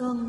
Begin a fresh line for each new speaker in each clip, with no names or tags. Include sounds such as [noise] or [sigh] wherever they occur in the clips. con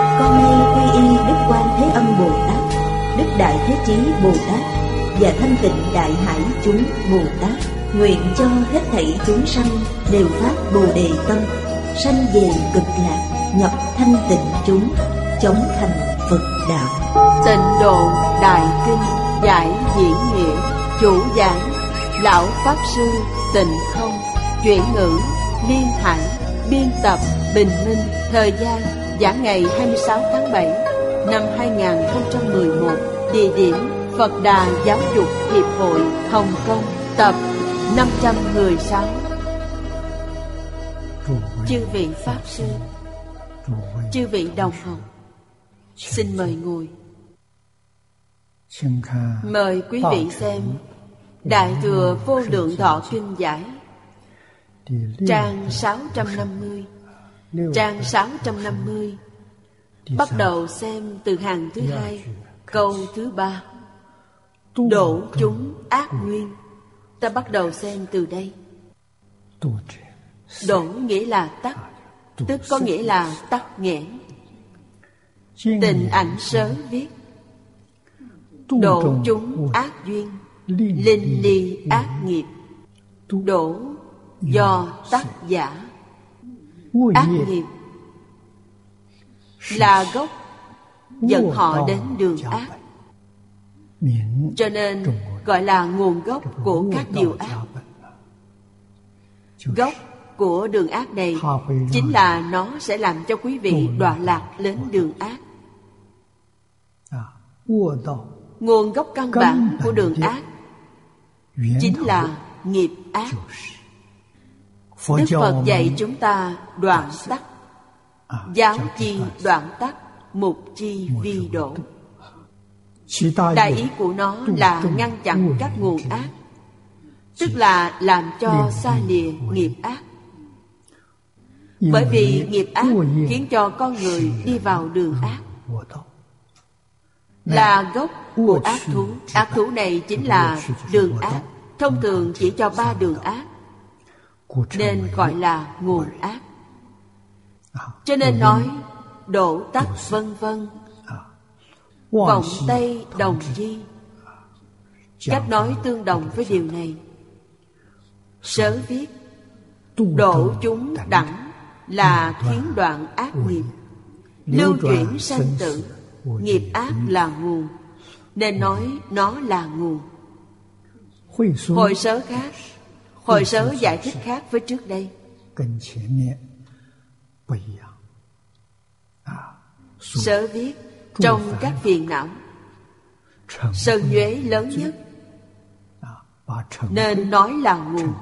con nay quy y đức quan thế âm bồ tát đức đại thế chí bồ tát và thanh tịnh đại hải chúng bồ tát nguyện cho hết thảy chúng sanh đều phát bồ đề tâm sanh về cực lạc nhập thanh tịnh chúng chống thành phật đạo
tịnh độ đại kinh giải diễn nghĩa chủ giảng lão pháp sư tịnh không chuyển ngữ liên hải biên tập bình minh thời gian giảng ngày 26 tháng 7 năm 2011 địa điểm Phật Đà Giáo dục Hiệp hội Hồng Kông tập 516 chư vị pháp sư chư vị đồng học xin mời ngồi mời quý vị xem Đại Thừa Vô Lượng Thọ Kinh Giải Trang 650 Trang 650 Bắt đầu xem từ hàng thứ hai Câu thứ ba Độ chúng ác nguyên Ta bắt đầu xem từ đây Đổ nghĩa là tắt Tức có nghĩa là tắt nghẽn Tình ảnh sớ viết Độ chúng ác duyên Linh ly ác nghiệp Đổ do tác giả Ác nghiệp Là gốc Dẫn họ đến đường ác Cho nên gọi là nguồn gốc của các điều ác Gốc của đường ác này Chính là nó sẽ làm cho quý vị đọa lạc đến đường ác Nguồn gốc căn bản của đường ác chính là nghiệp ác đức phật dạy chúng ta đoạn tắc giáo chi đoạn tắc mục chi vi độ đại ý của nó là ngăn chặn các nguồn ác tức là làm cho xa lìa nghiệp ác bởi vì nghiệp ác khiến cho con người đi vào đường ác là gốc của ác thú ác thú này chính là đường ác thông thường chỉ cho ba đường ác nên gọi là nguồn ác cho nên nói đổ tắc vân vân vọng tây đồng chi cách nói tương đồng với điều này sớ viết đổ chúng đẳng là khiến đoạn ác nghiệp lưu chuyển sanh tử nghiệp ác là nguồn nên nói nó là nguồn hồi sớ khác hồi sớ giải thích khác với trước đây sớ viết trong các phiền não sơn nhuế lớn nhất nên nói là nguồn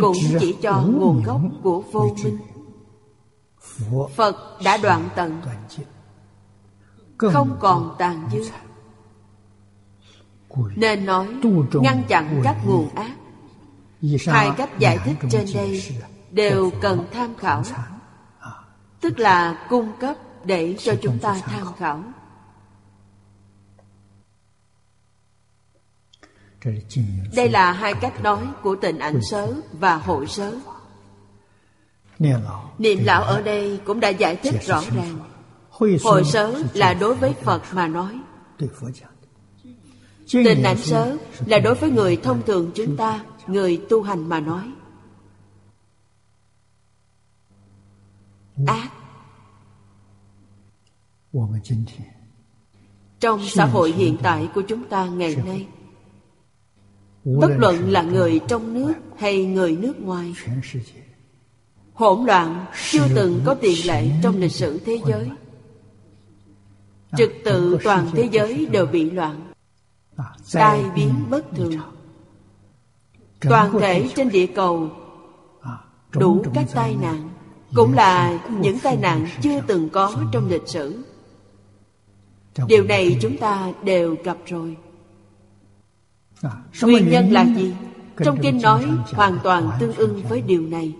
cũng chỉ cho nguồn gốc của vô minh Phật đã đoạn tận Không còn tàn dư Nên nói ngăn chặn các nguồn ác Hai cách giải thích trên đây Đều cần tham khảo Tức là cung cấp để cho chúng ta tham khảo Đây là hai cách nói của tịnh ảnh sớ và hội sớ Niệm lão ở đây cũng đã giải thích rõ ràng Hồi sớ là đối với Phật mà nói Tình ảnh sớ là đối với người thông thường chúng ta Người tu hành mà nói Ác Trong xã hội hiện tại của chúng ta ngày nay Bất luận là người trong nước hay người nước ngoài hỗn loạn chưa từng có tiền lệ trong lịch sử thế giới À, trật tự toàn thế giới đều bị loạn À, tai biến bất thường À, toàn thể trên địa cầu đủ các tai nạn cũng là những tai nạn chưa từng có trong lịch sử điều này chúng ta đều gặp rồi À, nguyên nhân là gì trong kinh nói hoàn toàn tương ưng với điều này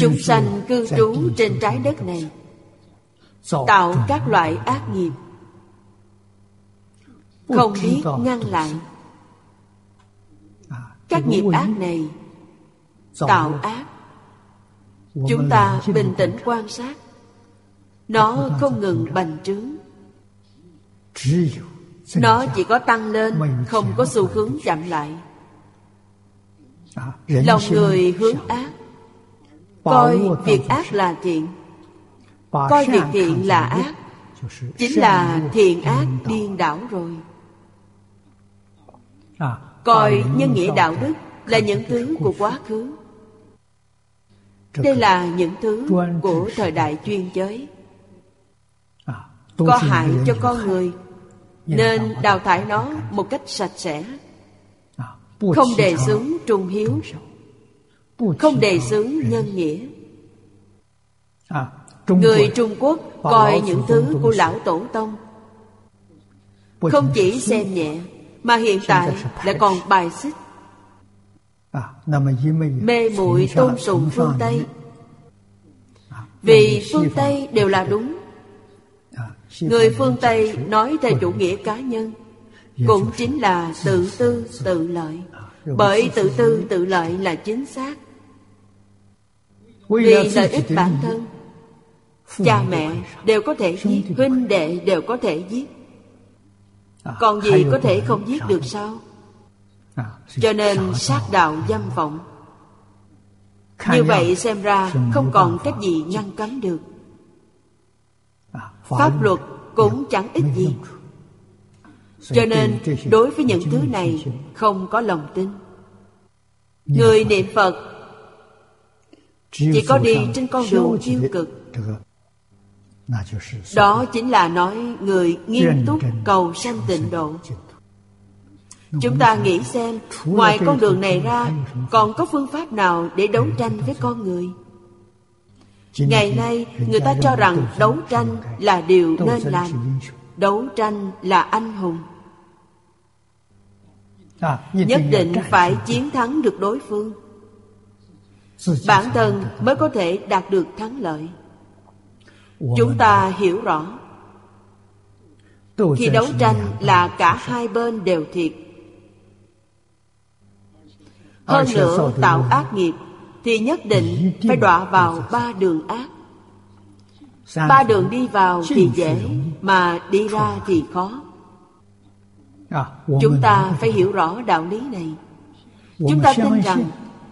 chúng sanh cư trú trên trái đất này tạo các loại ác nghiệp không biết ngăn lại các nghiệp ác này tạo ác chúng ta bình tĩnh quan sát nó không ngừng bành trướng nó chỉ có tăng lên không có xu hướng chậm lại lòng người hướng ác coi việc ác là thiện coi việc thiện là ác chính là thiện ác điên đảo rồi coi nhân nghĩa đạo đức là những thứ của quá khứ đây là những thứ của thời đại chuyên giới có hại cho con người nên đào thải nó một cách sạch sẽ không đề xướng trung hiếu không đề xướng nhân nghĩa người trung quốc coi những thứ của lão tổ tông không chỉ xem nhẹ mà hiện tại lại còn bài xích mê muội tôn sùng phương tây vì phương tây đều là đúng người phương tây nói theo chủ nghĩa cá nhân cũng chính là tự tư tự lợi bởi tự tư tự lợi là chính xác vì lợi ích bản thân cha mẹ đều có thể giết huynh đệ đều có thể giết còn gì có thể không giết được sao cho nên sát đạo dâm vọng như vậy xem ra không còn cách gì ngăn cấm được pháp luật cũng chẳng ích gì cho nên đối với những thứ này không có lòng tin người niệm phật chỉ có đi trên con đường tiêu cực đó chính là nói người nghiêm túc cầu sanh tịnh độ chúng ta nghĩ xem ngoài con đường này ra còn có phương pháp nào để đấu tranh với con người ngày nay người ta cho rằng đấu tranh là điều nên làm đấu tranh là anh hùng nhất định phải chiến thắng được đối phương bản thân mới có thể đạt được thắng lợi chúng ta hiểu rõ khi đấu tranh là cả hai bên đều thiệt hơn nữa tạo ác nghiệp thì nhất định phải đọa vào ba đường ác ba đường đi vào thì dễ mà đi ra thì khó À, chúng ta phải hiểu rõ đạo lý này chúng ta tin rằng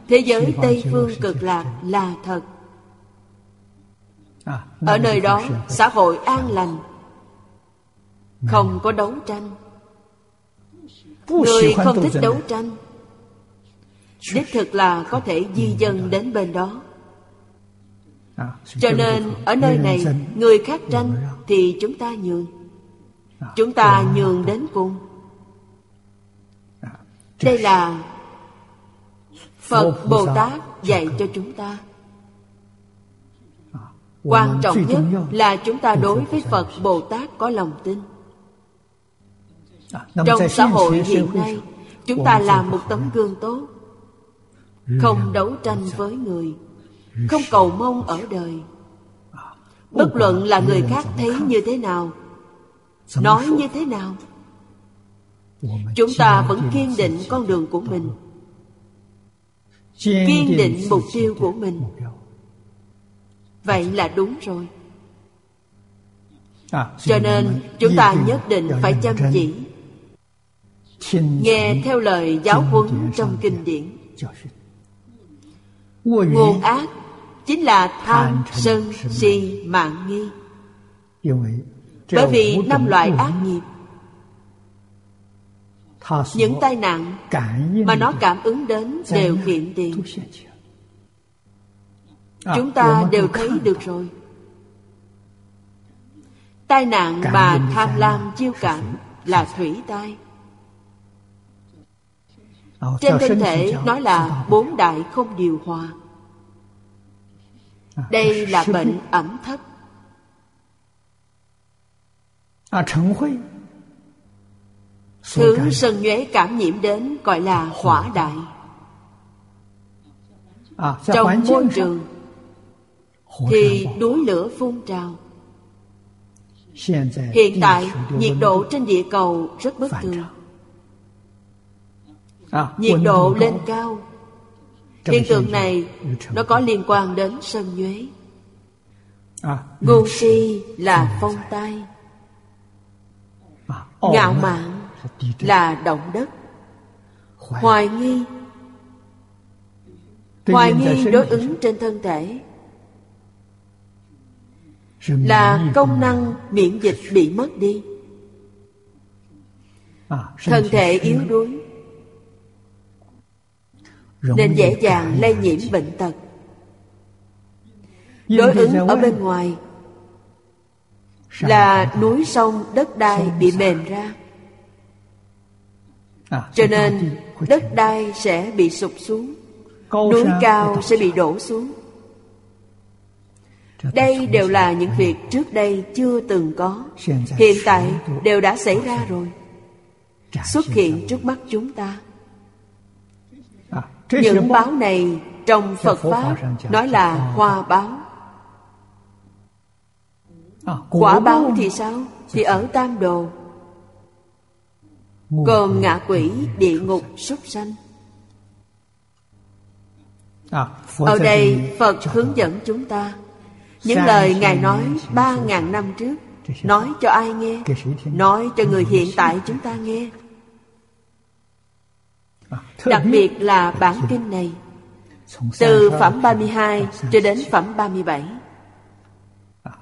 thế giới tây phương cực lạc là thật ở nơi đó xã hội an lành không có đấu tranh người không thích đấu tranh đích thực là có thể di dân đến bên đó cho nên ở nơi này người khác tranh thì chúng ta nhường chúng ta nhường đến cùng đây là phật bồ tát dạy cho chúng ta À, quan trọng nhất là chúng ta đối với phật bồ tát có lòng tin trong xã hội hiện nay chúng ta làm một tấm gương tốt không đấu tranh với người không cầu mong ở đời bất luận là người khác thấy như thế nào nói như thế nào chúng ta vẫn kiên định con đường của mình kiên định mục tiêu của mình vậy là đúng rồi cho nên chúng ta nhất định phải chăm chỉ nghe theo lời giáo huấn trong kinh điển nguồn ác chính là tham sân si mạng nghi bởi vì năm loại ác nghiệp những tai nạn mà nó cảm ứng đến đều hiện tiền chúng ta đều thấy được rồi tai nạn mà tham lam chiêu cảm là thủy tai trên thân thể nói là bốn đại không điều hòa đây là bệnh ẩm thấp thứ sân nhuế cảm nhiễm đến gọi là hỏa đại trong môi trường thì núi lửa phun trào hiện tại nhiệt độ trên địa cầu rất bất thường nhiệt độ lên cao hiện tượng này nó có liên quan đến sân nhuế ngu si là phong tai ngạo mạn là động đất hoài nghi hoài nghi đối ứng trên thân thể là công năng miễn dịch bị mất đi thân thể yếu đuối nên dễ dàng lây nhiễm bệnh tật đối ứng ở bên ngoài là núi sông đất đai bị mềm ra cho nên đất đai sẽ bị sụp xuống núi cao sẽ bị đổ xuống đây đều là những việc trước đây chưa từng có hiện tại đều đã xảy ra rồi xuất hiện trước mắt chúng ta À, những báo này trong phật pháp nói là hoa báo quả báo thì sao thì ở tam đồ còn ngạ quỷ địa ngục súc sanh À, ở đây phật hướng dẫn chúng ta những lời ngài nói ba ngàn năm trước nói cho ai nghe nói cho người hiện tại chúng ta nghe đặc biệt là bản kinh này từ phẩm 32 cho đến phẩm 37 À,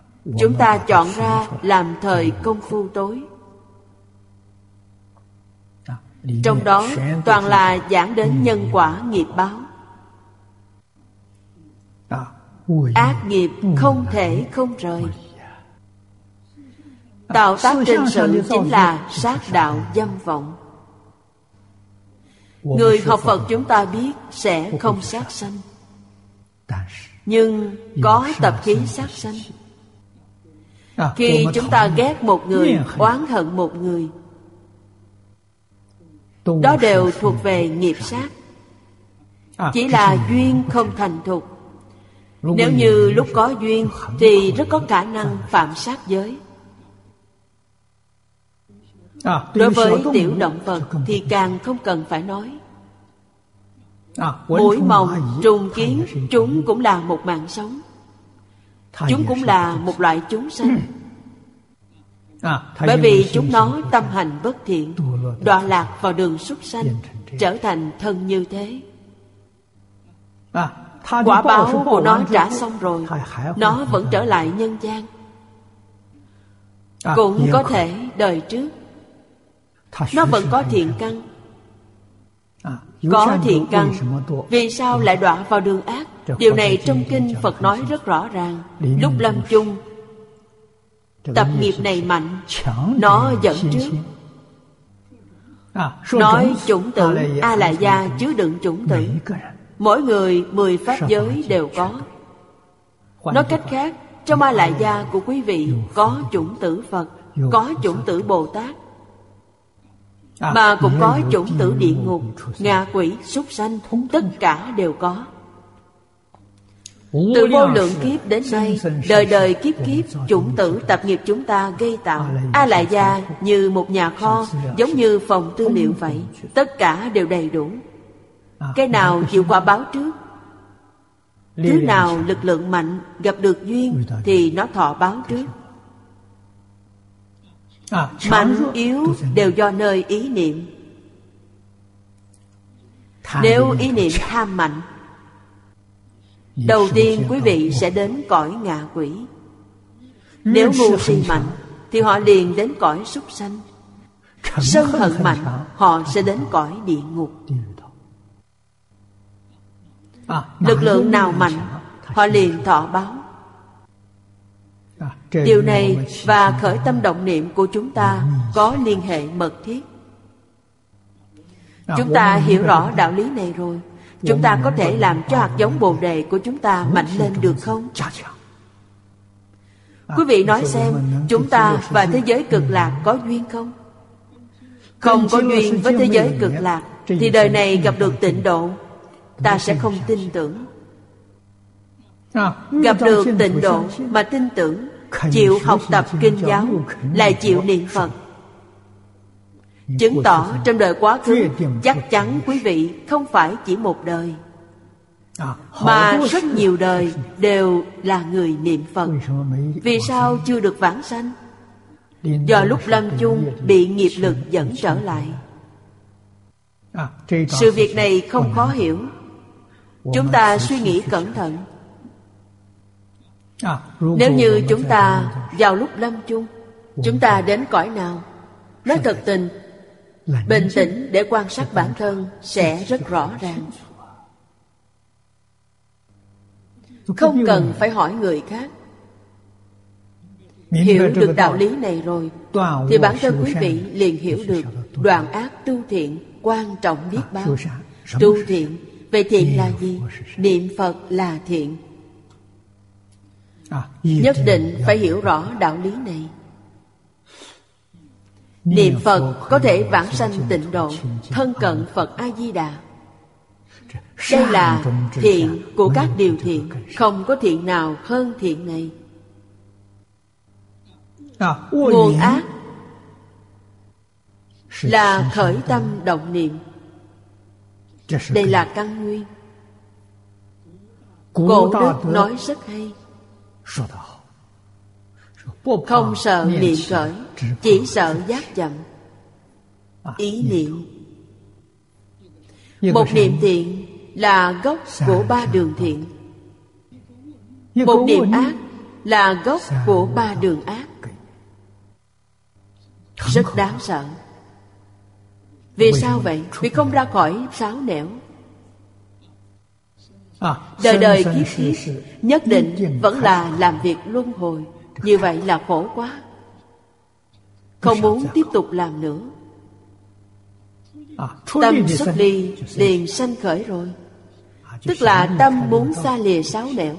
chúng ta chọn ra làm thời công phu tối À, trong đó toàn là giảng đến nhân quả nghiệp báo À, ác nghiệp không thể không rời tạo tác trên sự chính là sát đạo dâm vọng người học phật chúng ta biết sẽ không sát sanh nhưng có tập khí sát sanh khi chúng ta ghét một người oán hận một người đó đều thuộc về nghiệp sát chỉ là duyên không thành thục nếu như À, lúc có duyên thì rất có khả năng phạm sát giới đối với tiểu động vật thì càng không cần phải nói À, mũi mồng trùng kiến chúng cũng là một mạng sống chúng cũng là một loại chúng sanh bởi vì chúng nó tâm hành bất thiện đọa lạc vào đường súc sanh trở thành thân như thế quả báo của nó trả xong rồi nó vẫn trở lại nhân gian cũng À, có thể đời trước nó vẫn có thiện căn À, có thiện căn vì sao lại đọa vào đường ác điều này trong kinh phật nói rất rõ ràng lúc lâm chung tập nghiệp này mạnh nó dẫn trước nói chủng tử a la gia chứa đựng chủng tử mỗi người mười pháp giới đều có nói cách khác trong a la gia của quý vị có chủng tử phật có chủng tử bồ tát mà cũng có chủng tử địa ngục ngạ quỷ súc sanh tất cả đều có từ vô lượng kiếp đến nay đời đời kiếp kiếp chủng tử tập nghiệp chúng ta gây tạo a la gia như một nhà kho giống như phòng tư liệu vậy tất cả đều đầy đủ cái nào chịu quả báo trước thứ nào lực lượng mạnh gặp được duyên thì nó thọ báo trước mạnh yếu đều do nơi ý niệm nếu ý niệm tham mạnh đầu tiên quý vị sẽ đến cõi ngạ quỷ nếu ngu si mạnh thì họ liền đến cõi súc sanh sân hận mạnh họ sẽ đến cõi địa ngục lực lượng nào mạnh họ liền thọ báo điều này và khởi tâm động niệm của chúng ta có liên hệ mật thiết chúng ta hiểu rõ đạo lý này rồi chúng ta có thể làm cho hạt giống bồ đề của chúng ta mạnh lên được không quý vị nói xem chúng ta và thế giới cực lạc có duyên không không có duyên với thế giới cực lạc thì đời này gặp được tịnh độ ta sẽ không tin tưởng gặp được tịnh độ mà tin tưởng chịu học tập kinh giáo là chịu niệm phật chứng tỏ trong đời quá khứ chắc chắn quý vị không phải chỉ một đời à, mà rất nhiều đời đều là người niệm phật vì sao chưa được vãng sanh do lúc lâm chung bị nghiệp lực dẫn trở lại à, sự việc này không khó hiểu chúng ta suy nghĩ cẩn thận nếu như chúng ta vào lúc lâm chung chúng ta đến cõi nào nói thật tình bình tĩnh để quan sát bản thân sẽ rất rõ ràng không cần phải hỏi người khác hiểu được đạo lý này rồi thì bản thân quý vị liền hiểu được đoàn ác tu thiện quan trọng biết bao tu thiện về thiện là gì niệm phật là thiện nhất định phải hiểu rõ đạo lý này niệm phật có thể vãng sanh tịnh độ thân cận phật a di đà đây là thiện của các điều thiện không có thiện nào hơn thiện này À, nguồn ác là khởi tâm động niệm đây là căn nguyên cổ đức nói rất hay không sợ Ờ, niệm khởi chỉ sợ giác chậm ý À, niệm một niệm thiện là gốc của ba đường thiện một niệm ác là gốc của ba đường ác rất đáng sợ vì sao vậy vì không ra khỏi sáo nẻo đời đời kiếp kiếp nhất định vẫn là làm việc luân hồi như vậy là khổ quá không muốn tiếp tục làm nữa À, tâm xuất ly liền sanh khởi rồi tức là tâm muốn xa lìa sáu nẻo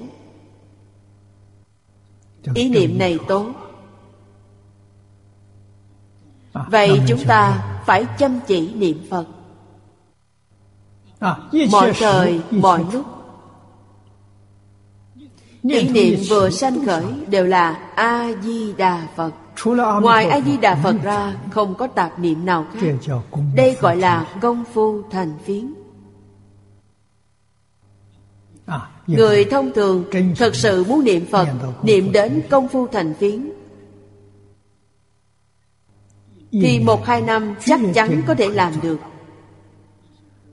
ý niệm này tốt vậy chúng ta phải chăm chỉ niệm [laughs] phật À, mọi thời mọi lúc ý niệm vừa sanh khởi đều là a di đà phật ngoài a di đà phật ra không có tạp niệm nào khác đây gọi là công phu thành phiến người thông thường thật sự muốn niệm phật niệm đến công phu thành phiến thì một hai năm chắc chắn có thể làm được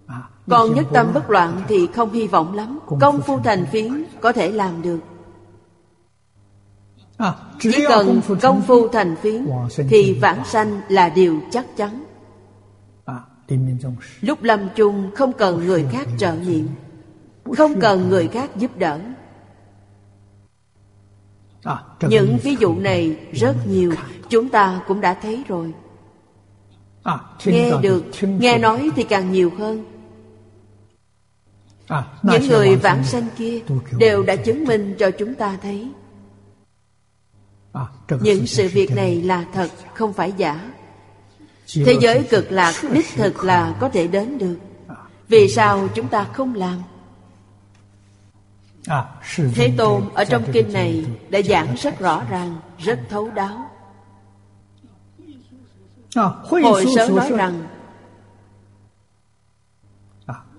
À, còn nhất tâm bất loạn thì không hy vọng lắm công phu thành phiến có thể làm được chỉ cần À, công phu thành phiến thì vãng sanh là điều chắc chắn À, lúc lâm chung không cần người khác trợ nhiệm không cần người khác giúp đỡ À, những ví dụ này rất nhiều chúng ta cũng đã thấy rồi nghe được nghe nói thì càng nhiều hơn những người vãng sanh kia đều đã chứng minh cho chúng ta thấy những À, sự việc này là thật không phải giả thế giới cực lạc đích thực là có thể đến được vì sao chúng ta không làm thế tôn ở trong kinh À, này đã giảng rất rõ ràng rất thấu đáo hồi sớm nói rằng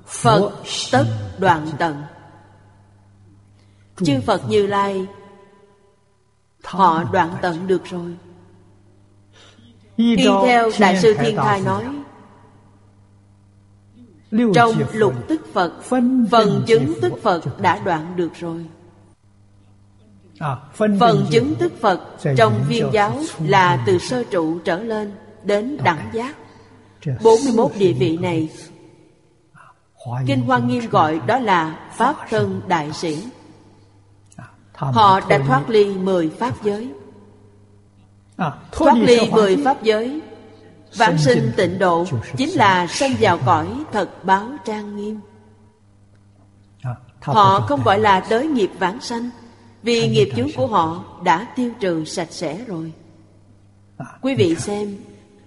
phật tất đoạn tận chư phật như lai họ đoạn tận được rồi y theo đại sư thiên thai nói trong lục tức phật phần chứng tức phật đã đoạn được rồi phần chứng tức phật trong viên giáo là từ sơ trụ trở lên đến đẳng giác 41 địa vị này Kinh Hoa Nghiêm gọi đó là Pháp Thân Đại Sĩ Họ đã thoát ly mười Pháp giới Thoát ly mười Pháp giới Vãng sinh tịnh độ Chính là sanh vào cõi thật báo trang nghiêm Họ không gọi là đới nghiệp vãng sanh Vì nghiệp chướng của họ đã tiêu trừ sạch sẽ rồi Quý vị xem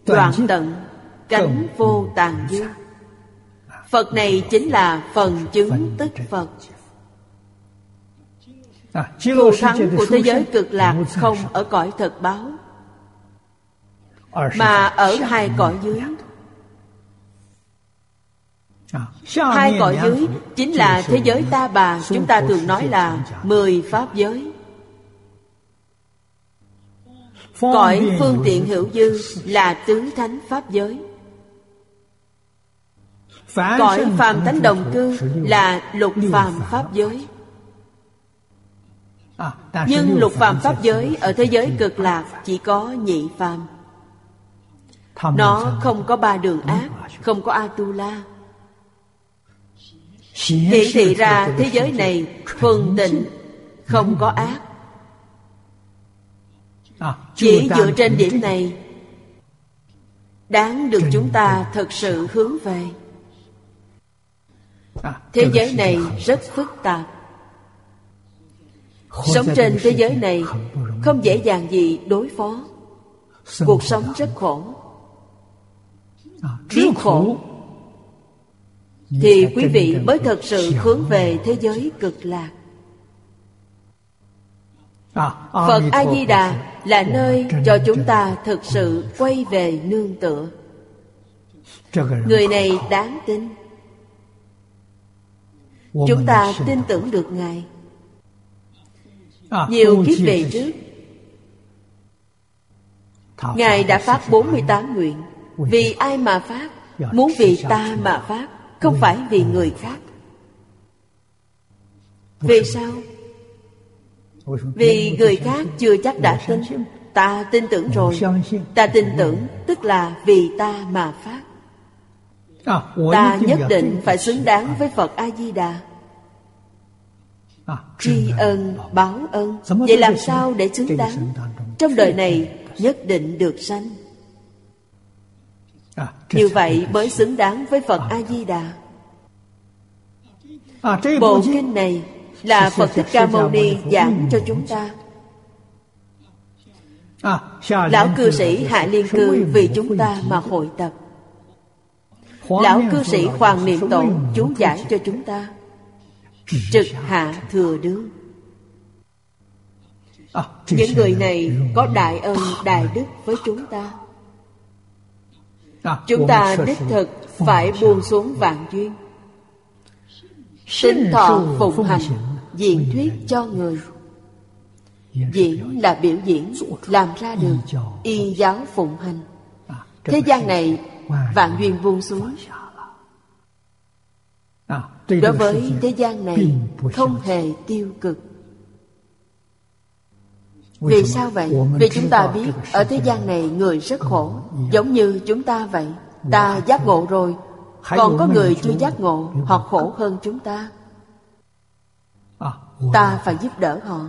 Đoạn tận cánh vô tàn dư Phật này chính là phần chứng tức Phật Thù thắng của thế giới cực lạc không ở cõi thật báo Mà ở hai cõi dưới Hai cõi dưới chính là thế giới ta bà Chúng ta thường nói là mười pháp giới Cõi phương tiện hữu dư là tứ thánh pháp giới Cõi phàm thánh đồng cư là lục phàm pháp giới À, Nhưng lục phàm pháp giới ở thế giới cực lạc chỉ có nhị phàm Nó không có ba đường ác, không có Atula Hiển thị ra thế giới này thuần tịnh, không có ác À, chỉ dựa trên điểm này đáng được chúng ta thật sự hướng về thế giới này rất phức tạp sống trên thế giới này không dễ dàng gì đối phó cuộc sống rất khổ biết khổ thì quý vị mới thật sự hướng về thế giới cực lạc À, Phật A Di Đà là nơi cho chúng ta thực sự quay về nương tựa. Người này đáng tin. Chúng ta tin tưởng được Ngài. Nhiều kiếp về trước, Ngài đã phát 48 nguyện. Vì ai mà phát? Muốn vì ta mà phát, không phải vì người khác. Vì sao? vì người khác chưa chắc đã tin ta tin tưởng rồi ta tin tưởng tức là vì ta mà phát ta nhất định phải xứng đáng với phật a di đà tri ân báo ân vậy làm sao để xứng đáng trong đời này nhất định được sanh như vậy mới xứng đáng với phật a di đà bộ kinh này là Phật Thích Ca Mâu Ni giảng cho chúng ta. Lão cư sĩ Hạ Liên Cư vì chúng ta mà hội tập. Lão cư sĩ Hoàng Niệm Tụng chú giải cho chúng ta. Trực hạ thừa đương. Những người này có đại ân đại đức với chúng ta. Chúng ta đích thực phải buông xuống vạn duyên. Sinh thọ phụng hành diễn thuyết cho người diễn là biểu diễn làm ra được y giáo phụng hành thế gian này vạn duyên buông xuống đối với thế gian này không hề tiêu cực vì sao vậy vì chúng ta biết ở thế gian này người rất khổ giống như chúng ta vậy ta giác ngộ rồi còn có người chưa giác ngộ họ khổ hơn chúng ta À, ta phải giúp đỡ họ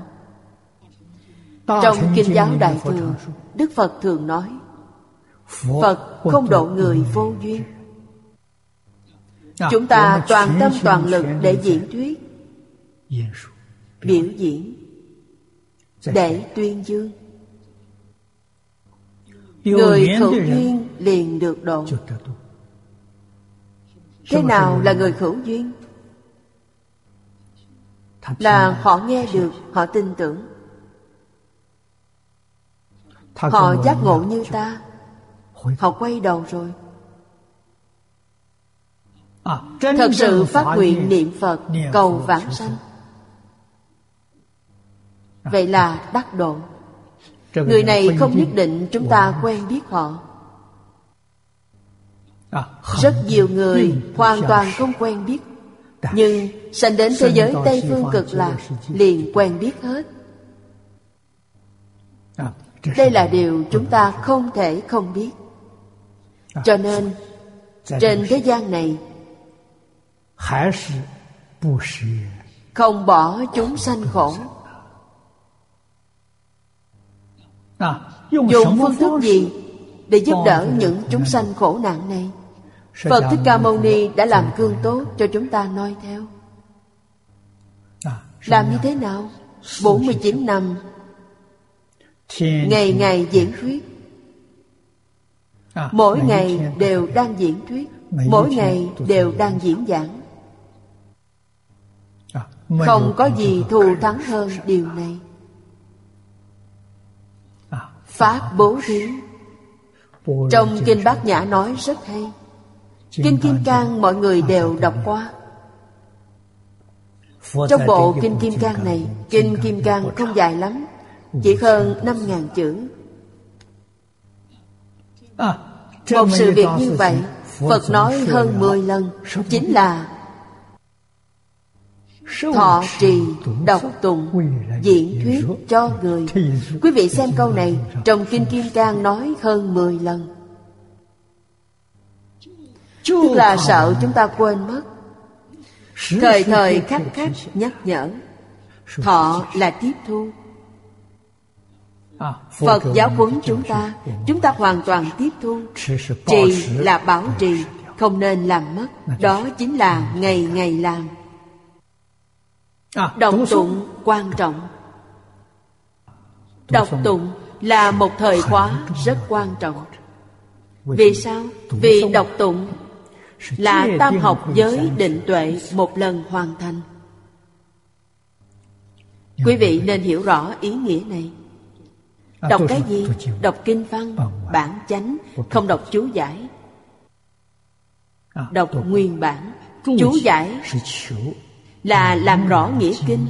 trong kinh giáo đại thừa đức phật thường nói phật không độ người vô duyên chúng ta toàn tâm toàn lực để diễn thuyết biểu diễn để tuyên dương người hữu duyên liền được độ thế nào là người hữu duyên là họ nghe được họ tin tưởng họ giác ngộ như ta họ quay đầu rồi À, thật sự phát nguyện niệm phật cầu vãng sanh vậy là đắc độ À. người này không nhất định chúng ta quen biết họ rất nhiều người hoàn toàn À, không quen biết nhưng sanh đến thế giới Tây Phương cực lạc Liền quen biết hết à, Đây là điều chúng ta không thể không biết Cho nên Trên thế gian này Không bỏ chúng sanh khổ À, Dùng phương thức gì Để giúp đỡ những chúng sanh khổ nạn này Phật Thích Ca Mâu Ni đã làm gương tốt cho chúng ta noi theo. Làm như thế nào? 49 năm Ngày ngày diễn thuyết Mỗi ngày đều đang diễn thuyết Mỗi ngày đều đang diễn giảng À, Không có gì thù thắng hơn điều này À, Pháp bố thí Trong Kinh Bát Nhã nói rất hay Kinh Kim Cang mọi người đều đọc qua Trong bộ Kinh Kim Cang này Kinh Kim Cang không dài lắm Chỉ hơn 5.000 chữ À, Một sự việc như vậy Phật nói hơn 10 lần Chính là Thọ trì, đọc tụng, diễn thuyết cho người Quý vị xem câu này Trong Kinh Kim Cang nói hơn 10 lần Tức là sợ chúng ta quên mất Thời thời khắc khắc nhắc nhở Thọ là tiếp thu À, Phật giáo huấn chúng ta Chúng ta hoàn toàn tiếp thu Trì À, là bảo trì Không nên làm mất Đó chính là ngày ngày làm Động tụng quan trọng Đọc tụng là một thời khóa rất quan trọng Vì sao? Vì đọc tụng là tam học giới định tuệ một lần hoàn thành Quý vị nên hiểu rõ ý nghĩa này Đọc cái gì? Đọc kinh văn, bản chánh, không đọc chú giải Đọc nguyên bản, chú giải là làm rõ nghĩa kinh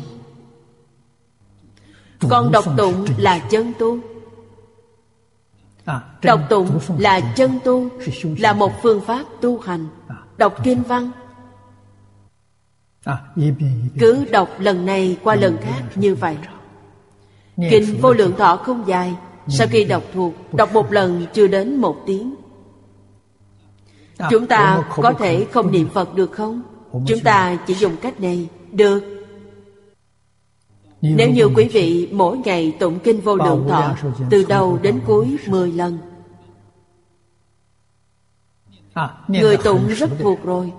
còn đọc tụng là chân tu đọc tụng là chân tu là một phương pháp tu hành đọc kinh văn cứ đọc lần này qua lần khác như vậy kinh vô lượng thọ không dài sau khi đọc thuộc đọc một lần chưa đến một tiếng chúng ta có thể À, không niệm phật được không chúng ta chỉ dùng cách này được nếu như quý vị mỗi ngày tụng kinh vô lượng thọ từ đầu đến cuối 10 lần người tụng rất thuộc rồi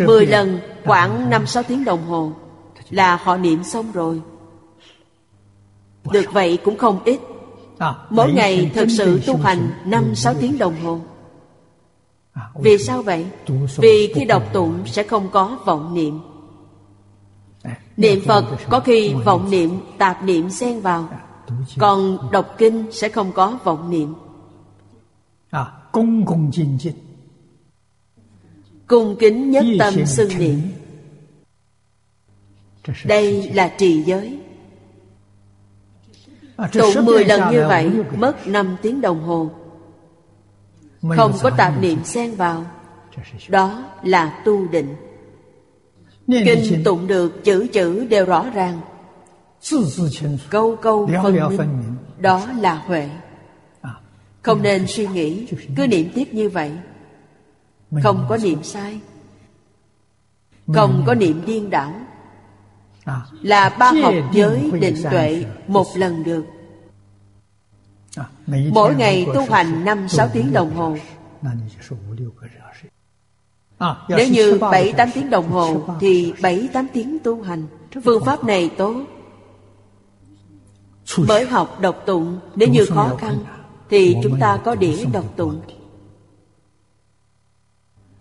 10 lần khoảng 5-6 tiếng đồng hồ là họ niệm xong rồi được vậy cũng không ít mỗi ngày thực sự tu hành 5-6 tiếng đồng hồ vì sao vậy? Vì khi đọc tụng sẽ không có vọng niệm Niệm Phật có khi vọng dạ, niệm, Dạ, tạp niệm xen vào Còn đọc kinh sẽ không có vọng niệm Cung kính nhất tâm xưng niệm Đây là trì giới Tụng 10 lần như vậy mất 5 tiếng đồng hồ không có tạp niệm xen vào đó là tu định kinh tụng được chữ chữ đều rõ ràng câu câu phân minh đó là huệ không nên suy nghĩ cứ niệm tiếp như vậy không có niệm sai không có niệm điên đảo là ba học giới định tuệ một lần được Mỗi ngày tu hành 5-6 tiếng đồng hồ Nếu như 7-8 tiếng đồng hồ Thì 7-8 tiếng tu hành Phương pháp này tốt Mới học độc tụng Nếu như khó khăn Thì chúng ta có đĩa độc tụng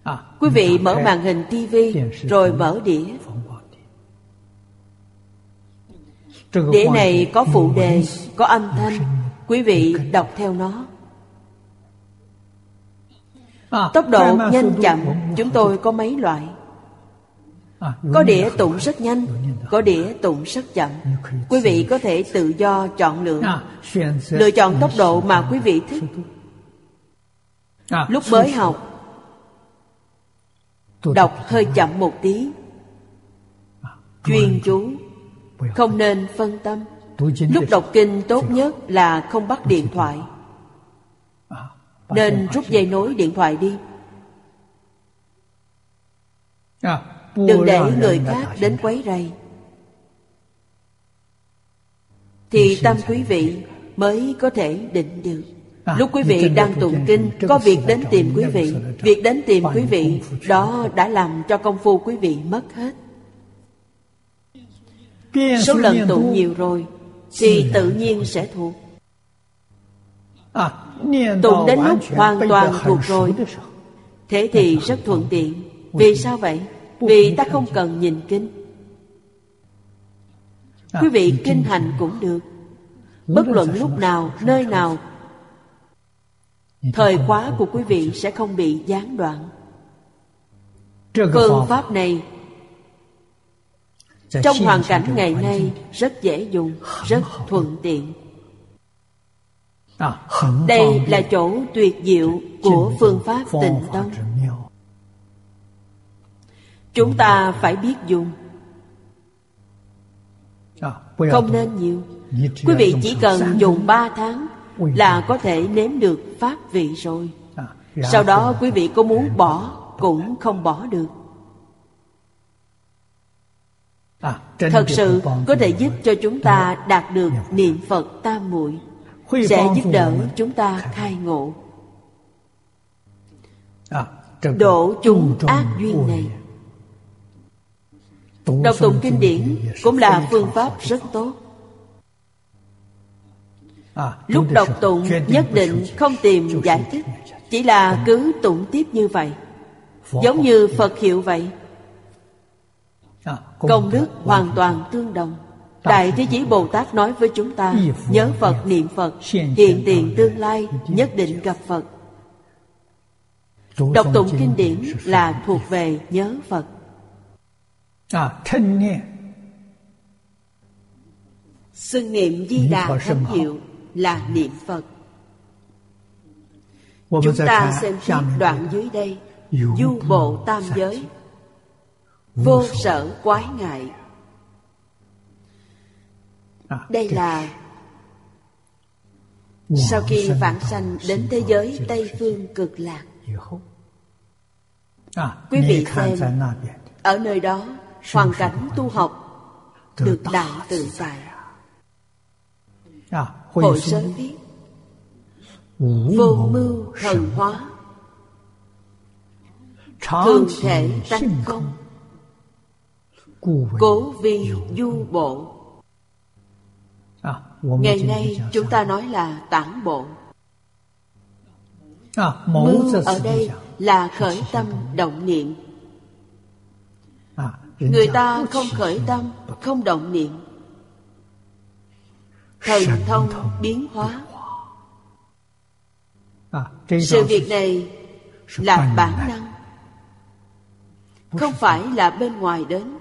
À, Quý vị mở màn hình tivi Rồi mở đĩa Đĩa này có phụ đề Có âm thanh quý vị đọc theo nó tốc độ nhanh chậm chúng tôi có mấy loại có đĩa tụng rất nhanh có đĩa tụng rất chậm quý vị có thể tự do chọn lựa lựa chọn tốc độ mà quý vị thích À, lúc mới học đọc hơi chậm một tí chuyên chú không nên phân tâm Lúc đọc kinh tốt nhất là không bắt điện thoại À, Nên rút dây nối điện thoại đi Đừng để người khác đến quấy rầy Thì tâm quý vị mới có thể định được Lúc quý vị đang tụng kinh Có việc đến tìm quý vị Việc đến tìm quý vị Đó đã làm cho công phu quý vị mất hết số lần tụng nhiều rồi thì tự nhiên sẽ thuộc tụng đến lúc hoàn toàn thuộc rồi thế thì rất thuận tiện vì sao vậy vì ta không cần nhìn kinh quý vị kinh hành cũng được bất luận lúc nào nơi nào thời khóa của quý vị sẽ không bị gián đoạn phương pháp này trong hoàn cảnh ngày nay rất dễ dùng rất thuận tiện đây là chỗ tuyệt diệu của phương pháp tịnh tâm chúng ta phải biết dùng không nên nhiều quý vị chỉ cần dùng 3 tháng là có thể nếm được pháp vị rồi sau đó quý vị có muốn bỏ cũng không bỏ được thật sự có thể giúp cho chúng ta đạt được niệm phật tam muội sẽ giúp đỡ chúng ta khai ngộ À, độ chúng ác duyên này đọc tụng kinh điển cũng là phương pháp rất tốt lúc đọc tụng nhất định không tìm giải thích chỉ là cứ tụng tiếp như vậy giống như phật hiệu vậy À, công đức hoàn toàn tương đồng đại thế chí bồ tát nói với chúng ta nhớ phật niệm phật hiện tiền tương lai nhất định gặp phật đọc tụng kinh điển là thuộc về nhớ phật À, xưng niệm di đà thánh hiệu là niệm phật chúng ta xem tiếp đoạn dưới đây du bộ tam giới vô sở quái ngại đây À, là sau khi vãng sanh đến thế giới tây phương cực lạc quý vị xem ở nơi đó hoàn cảnh tu học được đại tự tại hội sớ viết vô mưu thần hóa thường thể tánh không cố vi du bộ À, ngày nay chúng ta nói là tản bộ mưu ở đây là khởi tâm động niệm À, người ta không khởi tâm không động niệm thần thông biến hóa À, sự việc này là bản năng không phải là bên ngoài đến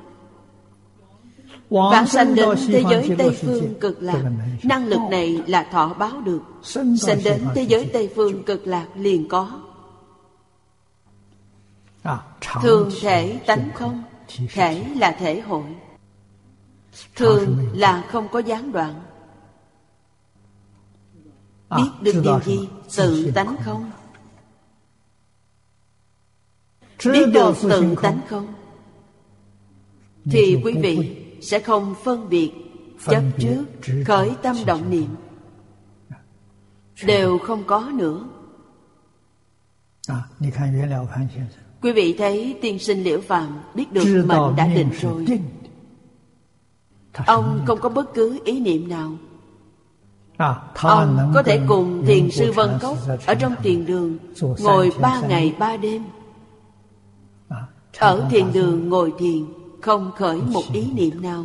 Vãng sanh đến thế giới Tây Phương cực lạc Năng lực này là thọ báo được Sanh đến thế giới Tây Phương cực lạc liền có À, Thường thể tánh không Thể là thể hội Thường là không có gián đoạn Biết được điều gì Tự tánh không Biết được tự tánh không Thì quý vị sẽ không phân biệt chấp trước khởi tâm động niệm Dạ. đều không có nữa quý vị thấy tiên sinh liễu phàm biết được mệnh đã định rồi ông không có bất cứ ý niệm nào ông có thể cùng thiền sư vân cốc ở trong thiền đường ngồi ba ngày ba đêm ở thiền đường ngồi thiền không khởi một ý niệm nào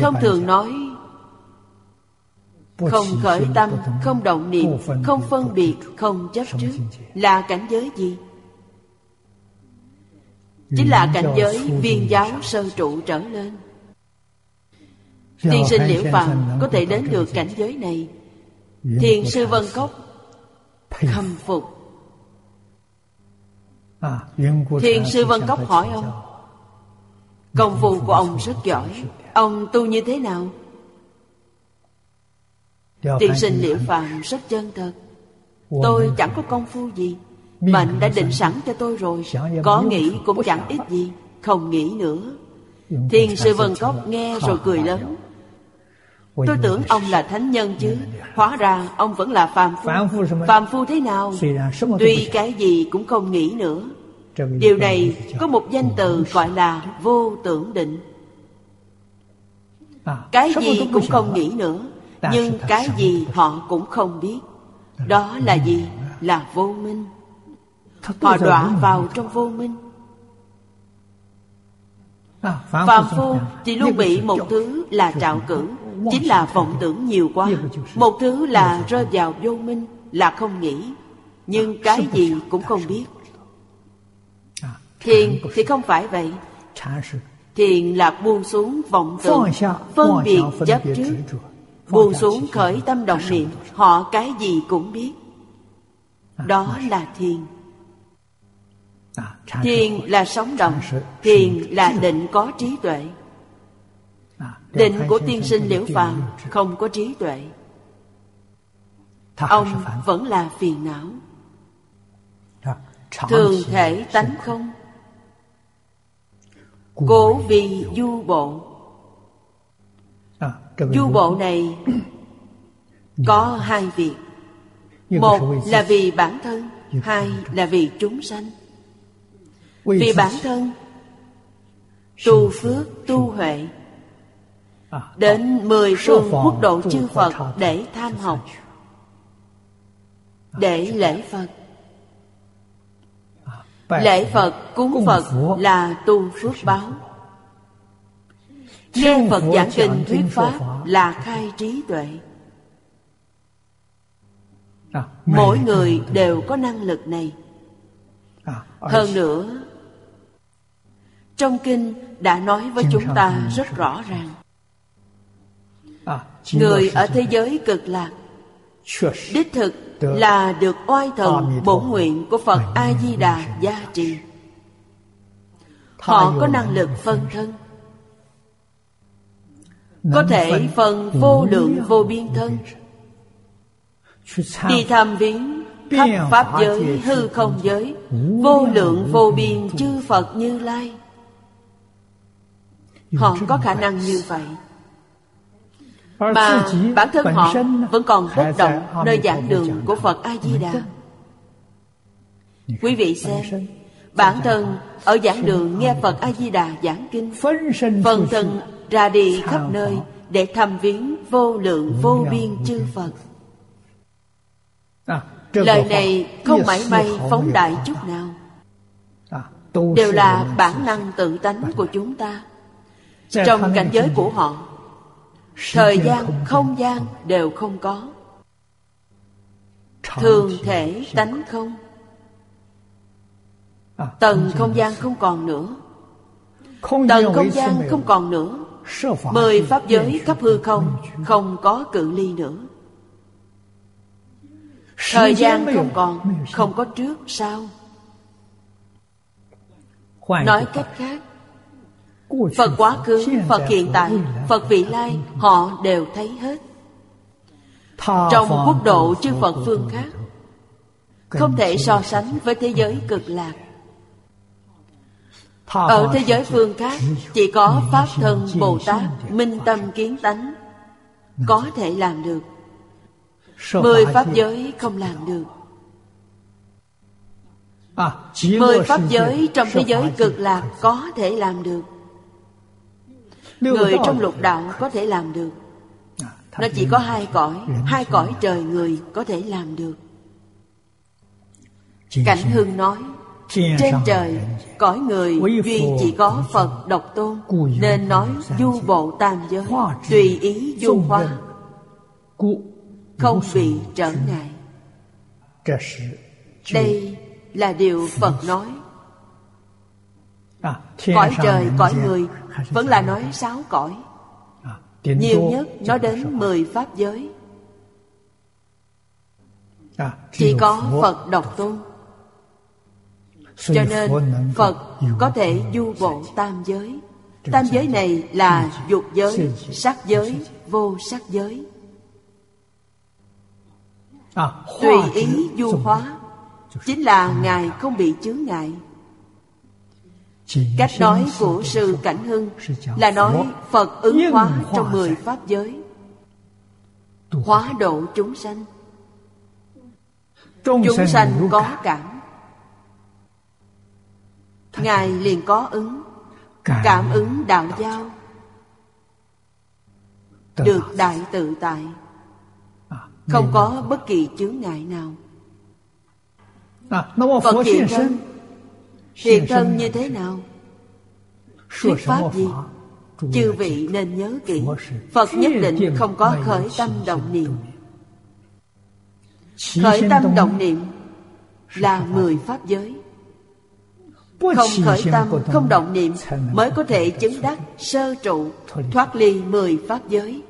thông thường nói không khởi tâm không động niệm không phân biệt không chấp trước là cảnh giới gì chính là cảnh giới viên giáo sơ trụ trở lên tiên sinh liễu phạm có thể đến được cảnh giới này thiền sư vân cốc khâm phục Thiền sư Vân Cốc hỏi ông Công phu của ông rất giỏi Ông tu như thế nào? Tiên sinh Liễu Phàm rất chân thật Tôi chẳng có công phu gì Mệnh đã định sẵn cho tôi rồi Có nghĩ cũng chẳng ít gì Không nghĩ nữa Thiền sư Vân Cốc nghe rồi cười lớn Tôi tưởng ông là thánh nhân chứ Hóa ra ông vẫn là phàm phu Phàm phu thế nào Tuy cái gì cũng không nghĩ nữa Điều này có một danh từ gọi là vô tưởng định cái gì cũng không nghĩ nữa nhưng cái gì họ cũng không biết đó là gì là vô minh họ đọa vào trong vô minh phàm phu chỉ luôn bị một thứ là trạo cử chính là vọng tưởng nhiều quá một thứ là rơi vào vô minh là không nghĩ nhưng cái gì cũng không biết thiền thì không phải vậy thiền là buông xuống vọng tưởng phân biệt chấp trước buông xuống khởi tâm động niệm họ cái gì cũng biết đó là thiền thiền là sống động thiền là định có trí tuệ định của tiên sinh liễu phàm không có trí tuệ ông vẫn là phiền não thường thể tánh không cố vì du bộ À, du bộ này có hai việc một là vì bản thân hai là vì chúng sanh vì bản thân tu phước tu huệ À, đến mười phương quốc độ chư phật để tham học để lễ phật À, lễ phật cúng phật là tu phước báo nghe phật giảng kinh thuyết pháp là khai trí tuệ À, mỗi người đều có năng lực này À, hơn nữa trong kinh đã nói với chúng ta rất rõ ràng À, người ở thế giới cực lạc đích thực là được oai thần bổ nguyện của phật a di đà gia trì họ có năng lực phân thân có thể phân vô lượng vô biên thân đi tham viếng khắp pháp giới hư không giới vô lượng vô biên chư phật như lai họ có khả năng như vậy mà bản thân họ vẫn còn bất động nơi giảng đường của phật a di đà quý vị xem bản thân ở giảng đường nghe phật a di đà giảng kinh phần thân ra đi khắp nơi để thăm viếng vô lượng vô biên chư phật À, lời này không mảy may phóng đại chút nào À, đều là bản năng tự tánh của chúng ta trong cảnh giới của họ thời gian không gian đều không có thường thể tánh không tầng không gian không còn nữa tầng không gian không còn nữa mười pháp giới khắp hư không không có cự ly nữa thời gian không còn không có trước sau nói cách khác phật quá khứ phật hiện tại phật vị lai họ đều thấy hết trong quốc độ chư phật phương khác không thể so sánh với thế giới cực lạc ở thế giới phương khác chỉ có pháp thân bồ tát minh tâm kiến tánh có thể làm được Mười pháp giới không làm được À, Mười pháp giới trong thế giới cực lạc có thể làm được Người trong lục đạo có thể làm được Nó chỉ có hai cõi Hai cõi trời người có thể làm được Cảnh Hương nói Trên trời cõi người duy chỉ có Phật độc tôn Nên nói du bộ tam giới Tùy ý du hoa không bị trở ngại đây là điều phật nói À, cõi trời cõi người vẫn là nói sáu cõi À, nhiều nhất nó đến mười pháp giới chỉ có À, phật độc tôn cho nên phật có thể du bộ tam giới tam giới này là dục giới sắc giới vô sắc giới tùy ý du hóa chính là ngài không bị chướng ngại cách nói của sư cảnh hưng là nói phật ứng hóa trong mười pháp giới hóa độ chúng sanh chúng sanh có cảm ngài liền có ứng cảm ứng đạo giao được đại tự tại À, không có bất kỳ chướng ngại nào À,
phật hiện thân
hiện thân như thế nào thuyết pháp gì chư vị nên nhớ kỹ phật nhất định không có khởi tâm động niệm khởi tâm động niệm là mười pháp giới không khởi tâm không động niệm mới có thể chứng đắc sơ trụ thoát ly mười pháp giới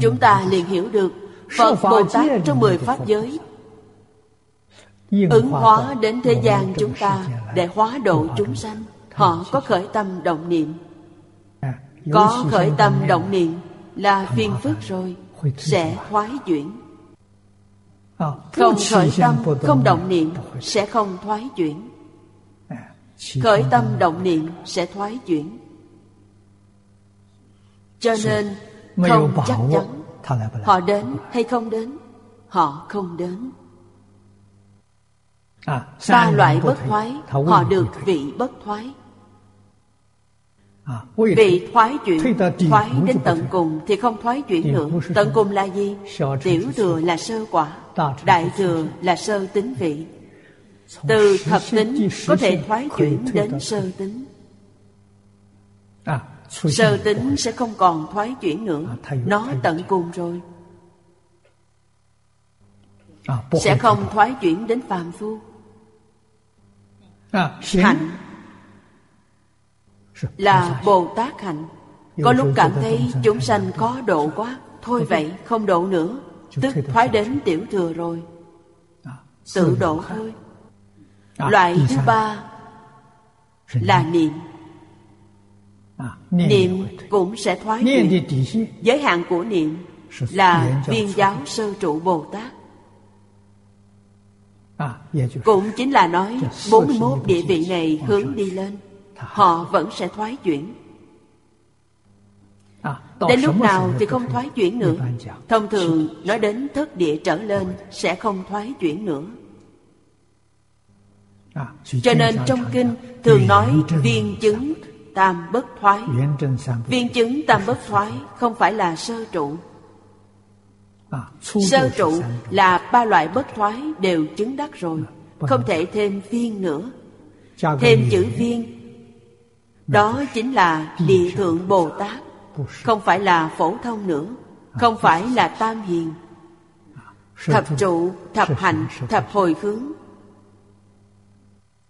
chúng ta liền hiểu được phật bồ tát trong mười pháp giới ứng hóa đến thế gian chúng ta để hóa độ chúng sanh họ có khởi tâm động niệm có khởi tâm động niệm là phiền phức rồi sẽ thoái chuyển không khởi tâm không động niệm sẽ không thoái chuyển khởi tâm động niệm sẽ thoái chuyển cho nên không chắc chắn họ đến hay không đến họ không đến ba loại bất thoái họ được vị bất thoái vị thoái chuyển thoái đến tận cùng thì không thoái chuyển nữa tận cùng là gì tiểu thừa là sơ quả đại thừa là sơ tính vị từ thập tính có thể thoái chuyển đến sơ tính sơ tính sẽ không còn thoái chuyển nữa nó tận cùng rồi sẽ không thoái chuyển đến phàm phu hạnh là bồ tát hạnh có lúc cảm thấy chúng sanh có độ quá thôi vậy không độ nữa tức thoái đến tiểu thừa rồi tự độ À, thôi loại thứ ba là niệm À, niệm cũng sẽ thoái chuyển giới hạn của niệm là viên giáo sơ trụ bồ tát À, cũng chính là nói 41 địa vị này hướng đi lên Họ vẫn sẽ thoái chuyển Đến lúc nào thì không thoái chuyển nữa Thông thường nói đến thất địa trở lên Sẽ không thoái chuyển nữa Cho nên trong kinh thường nói viên chứng tam bất thoái Viên chứng tam bất thoái không phải là sơ trụ À, Sơ trụ là ba loại bất thoái đều chứng đắc rồi Không thể thêm viên nữa Thêm chữ viên Đó chính là địa thượng Bồ Tát Không phải là phổ thông nữa Không phải là tam hiền Thập trụ, thập hạnh, thập hồi hướng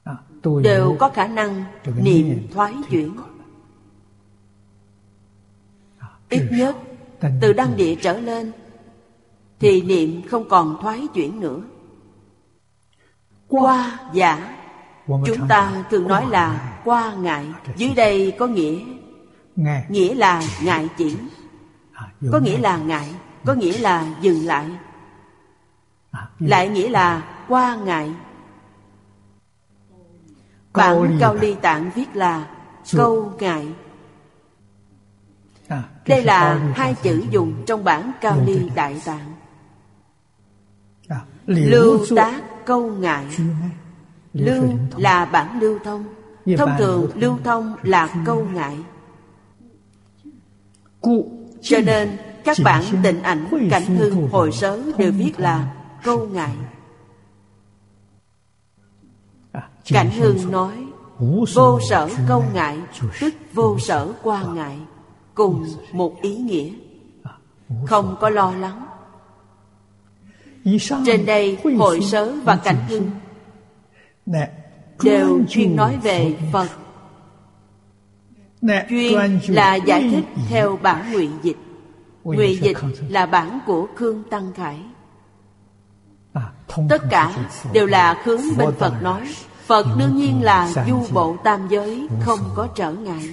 À, Đều có khả năng niệm thoái chuyển Ít nhất từ đăng địa trở lên thì niệm không còn thoái chuyển nữa qua giả chúng ta thường nói là qua ngại dưới đây có nghĩa nghĩa là ngại chỉ có nghĩa là ngại có nghĩa là dừng lại lại nghĩa là qua ngại bản cao ly tạng viết là câu ngại đây là hai chữ dùng trong bản cao ly đại tạng Lưu tác câu ngại Lưu là bản lưu thông Thông thường lưu thông là câu ngại Cho nên các bản tình ảnh cảnh hư hồi sớ đều viết là câu ngại Cảnh hương nói Vô sở câu ngại Tức vô sở qua ngại Cùng một ý nghĩa Không có lo lắng trên đây hội sớ và cảnh hưng đều chuyên nói về phật chuyên là giải thích theo bản nguyện dịch nguyện dịch là bản của khương tăng khải tất cả đều là hướng bên phật nói phật đương nhiên là du bộ tam giới không có trở ngại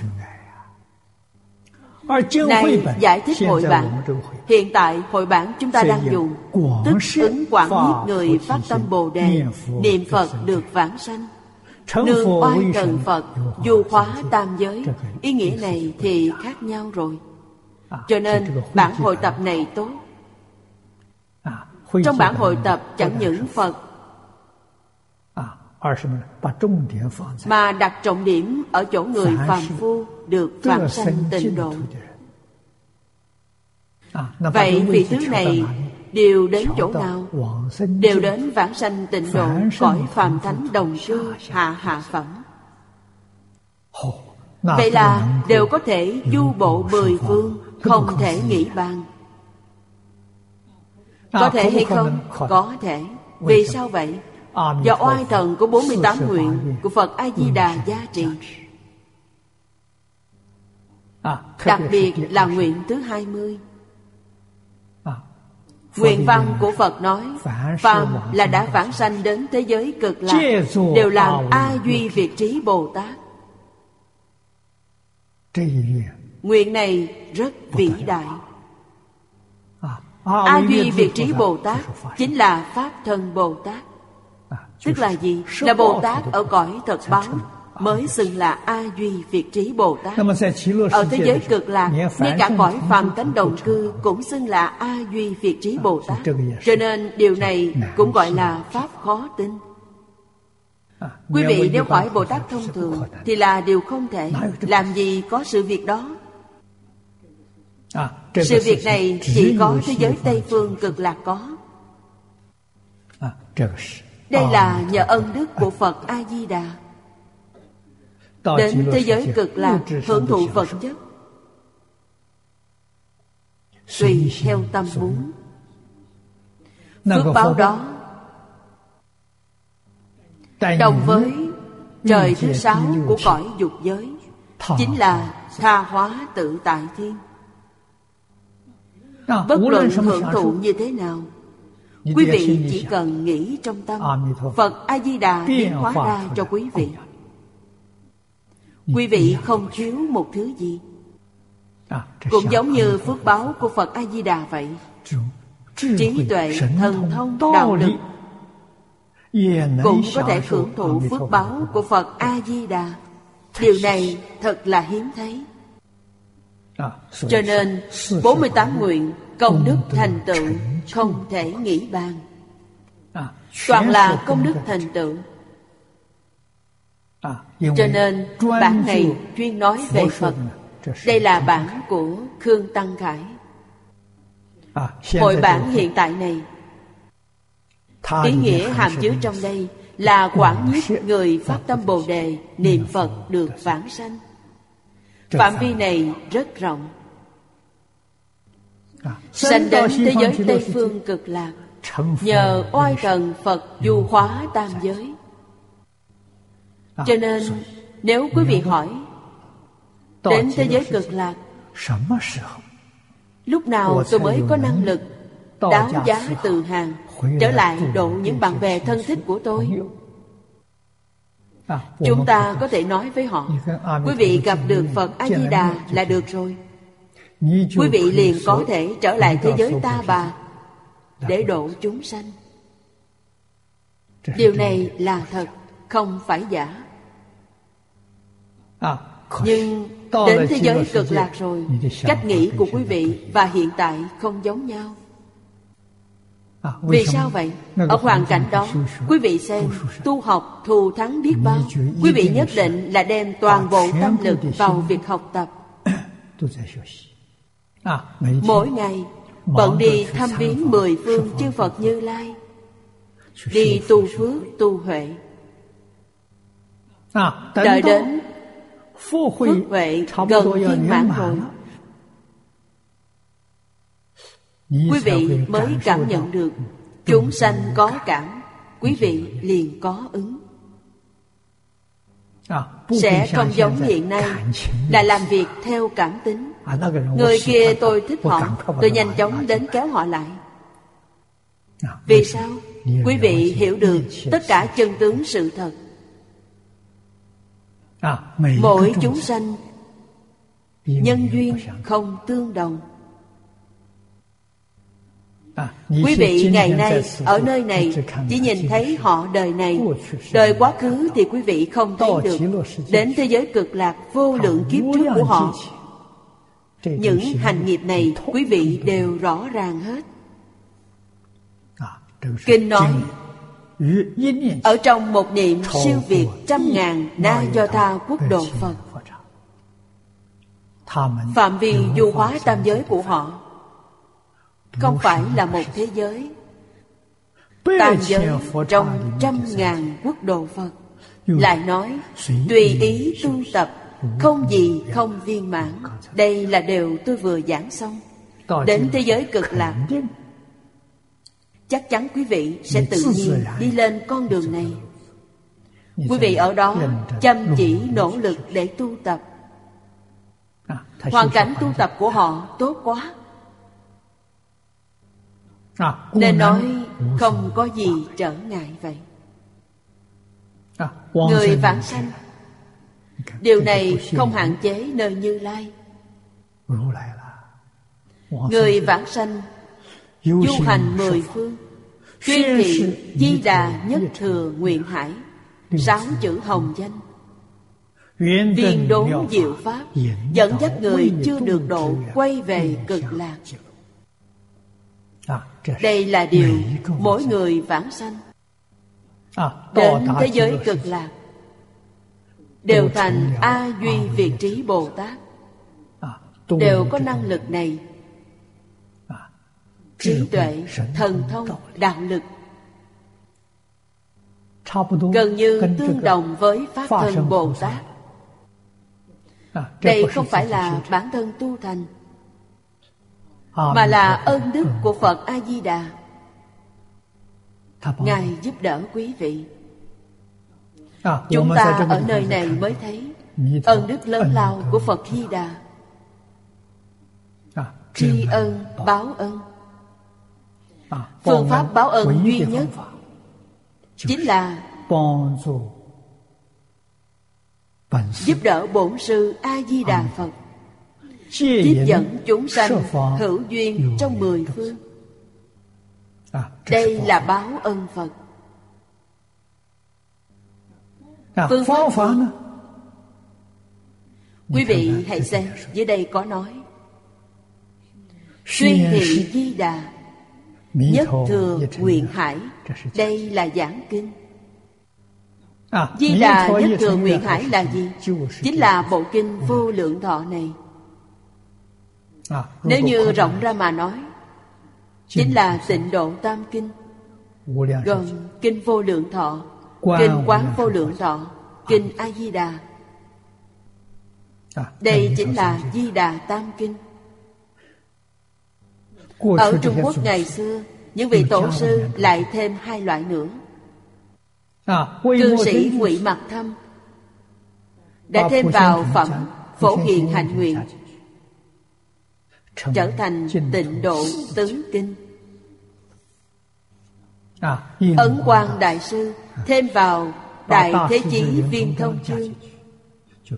này giải thích hội bản Hiện tại hội bản chúng ta đang dùng Tức ứng quảng nhiếp người phát tâm Bồ Đề Niệm Phật được vãng sanh Nương oai cần Phật Du hóa tam giới Ý nghĩa này thì khác nhau rồi Cho nên bản hội tập này tốt À, Trong bản hội tập chẳng những Phật À, mà đặt trọng điểm ở chỗ người phàm phu được vãng sanh tịnh độ À, vậy vị tứ này đều đến chỗ nào đều đến vãng sanh tịnh độ cõi phàm thánh đồng sư hạ hạ phẩm vậy là đều có thể du bộ mười phương không thể nghĩ bàn có thể hay không có thể vì sao vậy do oai thần của 48 nguyện của Phật A Di Đà gia trì đặc biệt là nguyện thứ 20 À, Nguyện văn của Phật nói Phàm là đã vãng sanh đến thế giới cực lạc Đều làm A Duy Việt Trí Bồ Tát Nguyện này rất vĩ đại À, A Duy Việt Trí Bồ Tát Chính là Pháp Thân Bồ Tát Tức là gì? Là Bồ Tát ở cõi thật báo mới xưng là a duy việt trí bồ tát ở thế giới cực lạc ngay cả cõi phàm cánh đồng cư cũng xưng là a duy việt trí bồ tát cho nên điều này cũng gọi là pháp khó tin quý vị nếu hỏi bồ tát thông thường thì là điều không thể làm gì có sự việc đó sự việc này chỉ có thế giới tây phương cực lạc có đây là nhờ ân đức của phật a di đà đến thế giới cực lạc hưởng thụ vật chất tùy theo tâm muốn phước báo đó đồng với trời thứ sáu của cõi dục giới chính là tha hóa tự tại thiên bất luận hưởng thụ như thế nào quý vị chỉ cần nghĩ trong tâm phật a di đà Dạ. biến hóa ra cho quý vị quý vị không thiếu một thứ gì cũng giống như phước báo của phật a di đà vậy trí tuệ thần thông đạo lực cũng có thể hưởng thụ phước báo của phật a di đà điều này thật là hiếm thấy cho nên 48 nguyện công đức thành tựu không thể nghĩ bàn À, toàn là công đức thành tựu À, cho nên bản này chuyên nói về Phật Đây là bản của Khương Tăng Khải Hội bản hiện tại này Ý nghĩa hàm chứa trong đây Là quản nhiếp người phát tâm Bồ Đề Niệm Phật được vãng sanh Phạm vi này rất rộng À, Sanh đến thế giới Tây Phương cực lạc Nhờ oai thần Phật du hóa tam giới cho nên nếu quý vị hỏi Đến thế giới cực lạc Lúc nào tôi mới có năng lực Đáo giá từ hàng Trở lại độ những bạn bè thân thích của tôi Chúng ta có thể nói với họ Quý vị gặp được Phật A-di-đà là được rồi Quý vị liền có thể trở lại thế giới ta bà Để độ chúng sanh Điều Dạ, này là thật không phải giả À, nhưng đến thế giới cực lạc rồi cách nghĩ của quý vị và hiện tại không giống nhau À, vì sao vậy ở hoàn cảnh đó quý vị xem tu học thù thắng biết bao quý vị nhất định là đem toàn bộ tâm lực vào việc học tập À, mỗi ngày bận đi thăm viếng mười phương chư phật như lai đi tu phước tu huệ Đợi đến Phước huệ gần viên mãn rồi Quý vị mới cảm nhận được Chúng sanh có cảm Quý vị liền có ứng À, Sẽ không giống hiện nay Là à, làm việc theo cảm tính Người kia tôi thích họ Tôi nhanh chóng đến kéo họ lại Vì sao? Quý vị hiểu được Tất cả chân tướng sự thật À, mỗi chúng sanh nhân duyên không tương đồng quý vị ngày nay ở nơi này chỉ nhìn thấy họ đời này đời quá khứ thì quý vị không thấy được đến thế giới cực lạc vô lượng kiếp trước của họ những hành nghiệp này quý vị đều rõ ràng hết À, kinh nói ở trong một niệm siêu việt trăm ngàn na do ta quốc độ phật phạm vi du hóa tam giới của họ không phải là một thế giới tam giới trong trăm ngàn quốc độ phật lại nói tùy ý tu tập không gì không viên mãn đây là điều tôi vừa giảng xong đến thế giới cực lạc chắc chắn quý vị sẽ tự nhiên đi lên con đường này quý vị ở đó chăm chỉ nỗ lực để tu tập à, hoàn cảnh tu tập của họ tốt quá nên nói không có gì trở ngại vậy À, người vãng sanh điều này không hạn chế nơi như lai người vãng sanh du hành mười phương tuyên thị di đà nhất thừa nguyện hải sáu chữ hồng danh viên đốn diệu pháp dẫn dắt người chưa được độ quay à, về À, cực lạc đây là điều mỗi người vãng sanh À, đến thế giới cực lạc đều thành a duy việt trí bồ tát À, đều có năng lực này trí tuệ thần thông đạo lực gần như tương đồng với pháp thân bồ tát đây không phải là bản thân tu thành mà là ơn đức của phật a di đà ngài giúp đỡ quý vị chúng ta ở nơi này mới thấy ơn đức lớn lao của phật di đà À, tri ân báo ơn À, phương pháp báo ơn duy nhất chính là giúp đỡ bổn sư a di đà phật tiếp dẫn chúng sanh hữu duyên trong mười phương À, đây là báo ân phật phương pháp phương, quý vị hãy xem dưới đây có nói xuyên thị di đà nhất thừa nguyện hải đây là giảng kinh di đà nhất thừa nguyện hải là gì chính là bộ kinh vô lượng thọ này nếu như rộng ra mà nói chính là tịnh độ tam kinh gồm kinh vô lượng thọ kinh quán vô lượng thọ kinh a di đà đây chính là di đà tam kinh ở trung quốc ngày xưa những vị tổ sư lại thêm hai loại nữa cư sĩ ngụy mặc thâm đã thêm vào phẩm phổ hiền hạnh nguyện trở thành tịnh độ tứ kinh ấn quang đại sư thêm vào đại thế chí viên thông chương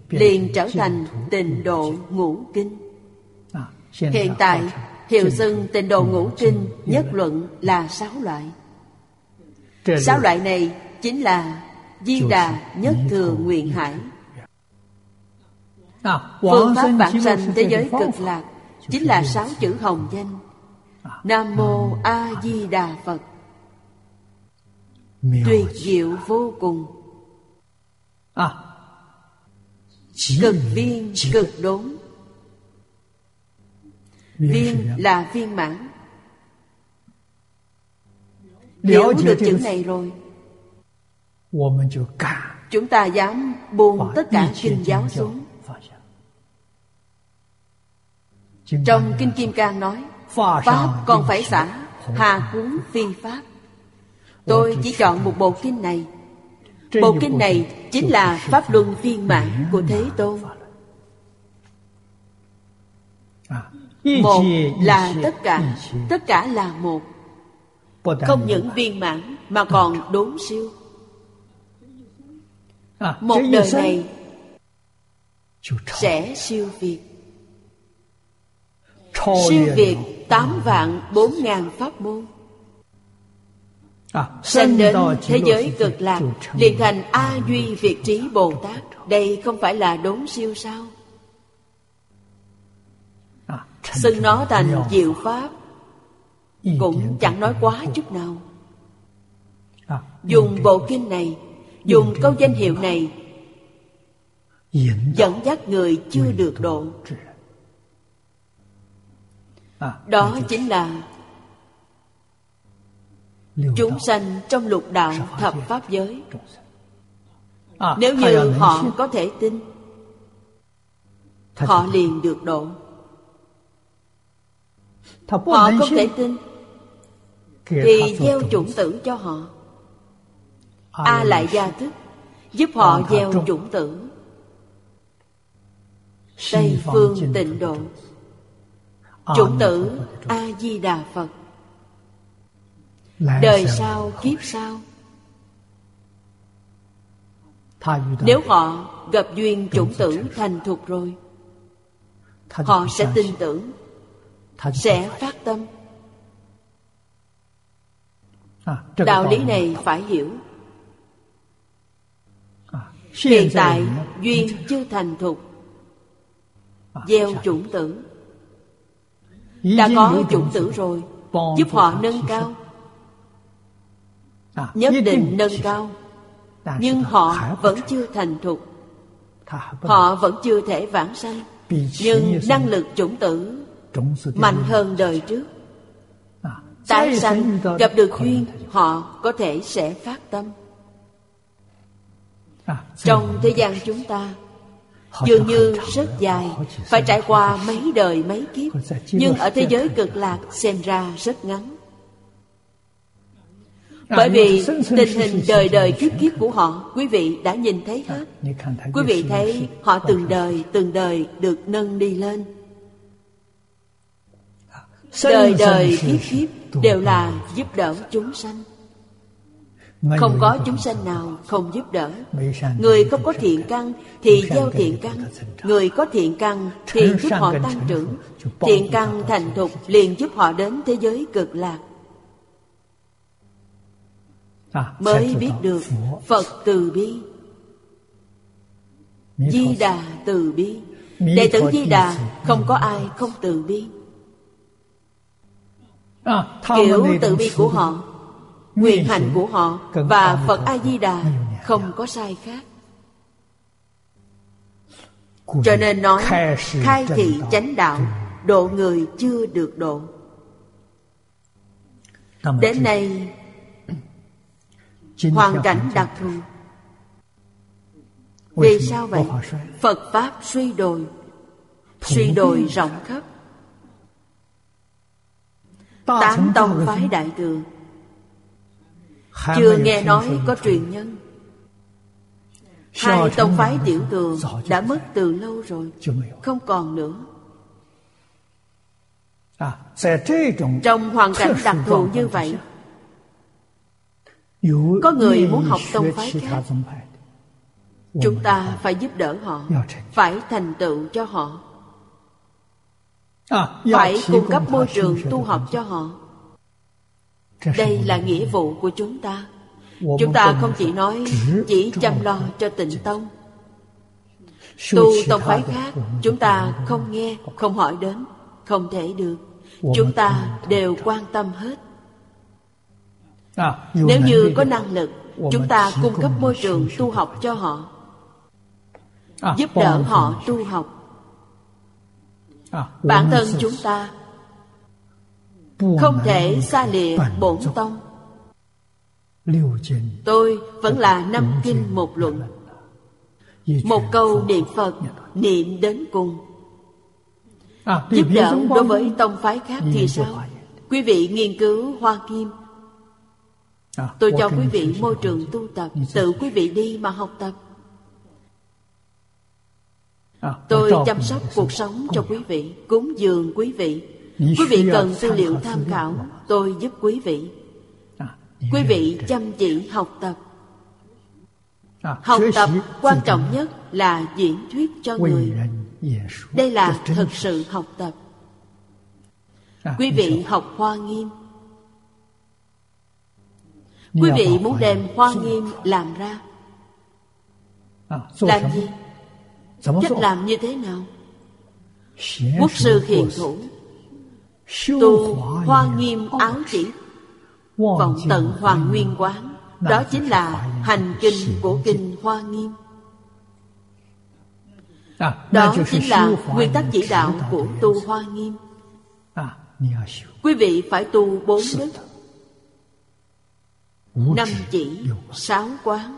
liền trở thành tịnh độ ngũ kinh hiện tại hiệu xưng tịnh độ ngũ kinh nhất luận là sáu loại sáu loại này chính là di đà nhất thừa nguyện hải phương pháp bản sanh thế giới cực lạc chính là sáu chữ hồng danh nam mô a di đà phật tuyệt diệu vô cùng À. cực viên cực đốn viên là viên mãn hiểu được chữ này rồi chúng ta dám buông tất cả kinh giáo xuống trong kinh kim cang nói pháp còn phải xả hà cuốn phi pháp tôi chỉ chọn một bộ kinh này bộ kinh này chính là pháp luân viên mãn của thế tôn À. một là tất cả tất cả là một không những viên mãn mà còn đốn siêu một đời này sẽ siêu việt siêu việt tám vạn bốn ngàn pháp môn sanh đến thế giới cực lạc liền thành a duy việt trí bồ tát đây không phải là đốn siêu sao xưng nó thành diệu pháp cũng chẳng nói quá chút nào dùng bộ kinh này dùng câu danh hiệu này dẫn dắt người chưa được độ đó chính là chúng sanh trong lục đạo thập pháp giới nếu như họ có thể tin họ liền được độ họ không thể tin thì gieo chủng tử cho họ a lại gia thức giúp họ gieo chủng tử tây phương tịnh độ chủng tử a di đà phật đời sau kiếp sau nếu họ gặp duyên chủng tử thành thục rồi họ sẽ tin tưởng sẽ phát tâm đạo lý này phải hiểu hiện tại duyên chưa thành thục gieo chủng tử đã có chủng tử rồi giúp họ nâng cao nhất định nâng cao nhưng họ vẫn chưa thành thục họ vẫn chưa thể vãng sanh nhưng năng lực chủng tử mạnh hơn đời trước tái sanh gặp được duyên họ có thể sẽ phát tâm trong thế gian chúng ta dường như rất dài phải trải qua mấy đời mấy kiếp nhưng ở thế giới cực lạc xem ra rất ngắn bởi vì tình hình đời đời kiếp kiếp của họ quý vị đã nhìn thấy hết quý vị thấy họ từng đời từng đời được nâng đi lên đời đời kiếp kiếp đều là giúp đỡ chúng sanh không có chúng sanh nào không giúp đỡ người không có thiện căn thì gieo thiện căn người có thiện căn thì giúp họ tăng trưởng thiện căn thành thục liền giúp họ đến thế giới cực lạc mới biết được phật từ bi di đà từ bi đệ tử di đà không có ai không từ bi kiểu từ bi của họ quyền hạnh của họ và phật a di đà không có sai khác cho nên nói khai thị chánh đạo độ người chưa được độ đến nay hoàn cảnh đặc thù vì sao vậy phật pháp suy đồi suy đồi rộng khắp tám tông phái đại thừa chưa nghe nói có truyền nhân hai tông phái tiểu thừa đã mất từ lâu rồi không còn nữa trong hoàn cảnh đặc thù như vậy có người muốn học tông phái khác chúng ta phải giúp đỡ họ phải thành tựu cho họ phải cung cấp môi trường tu học cho họ đây là nghĩa vụ của chúng ta chúng ta không chỉ nói chỉ chăm lo cho tịnh tông tu tông phái khác chúng ta không nghe không hỏi đến không thể được chúng ta đều quan tâm hết nếu như có năng lực chúng ta cung cấp môi trường tu học cho họ giúp đỡ họ tu học bản thân chúng ta không thể xa lìa bổn tông tôi vẫn là năm kinh một luận một câu niệm phật niệm đến cùng giúp đỡ đối với tông phái khác thì sao quý vị nghiên cứu hoa kim tôi cho quý vị môi trường tu tập tự quý vị đi mà học tập tôi chăm sóc cuộc sống cho quý vị cúng dường quý vị quý vị cần tư liệu tham khảo tôi giúp quý vị quý vị chăm chỉ học tập học tập quan trọng nhất là diễn thuyết cho người đây là thực sự học tập quý vị học hoa nghiêm quý vị muốn đem hoa nghiêm làm ra làm gì cách làm như thế nào quốc sư hiền thủ tu hoa nghiêm áo chỉ vọng tận hoàng nguyên quán đó chính là hành kinh của kinh hoa nghiêm đó chính là nguyên tắc chỉ đạo của tu hoa nghiêm quý vị phải tu bốn đức năm chỉ sáu quán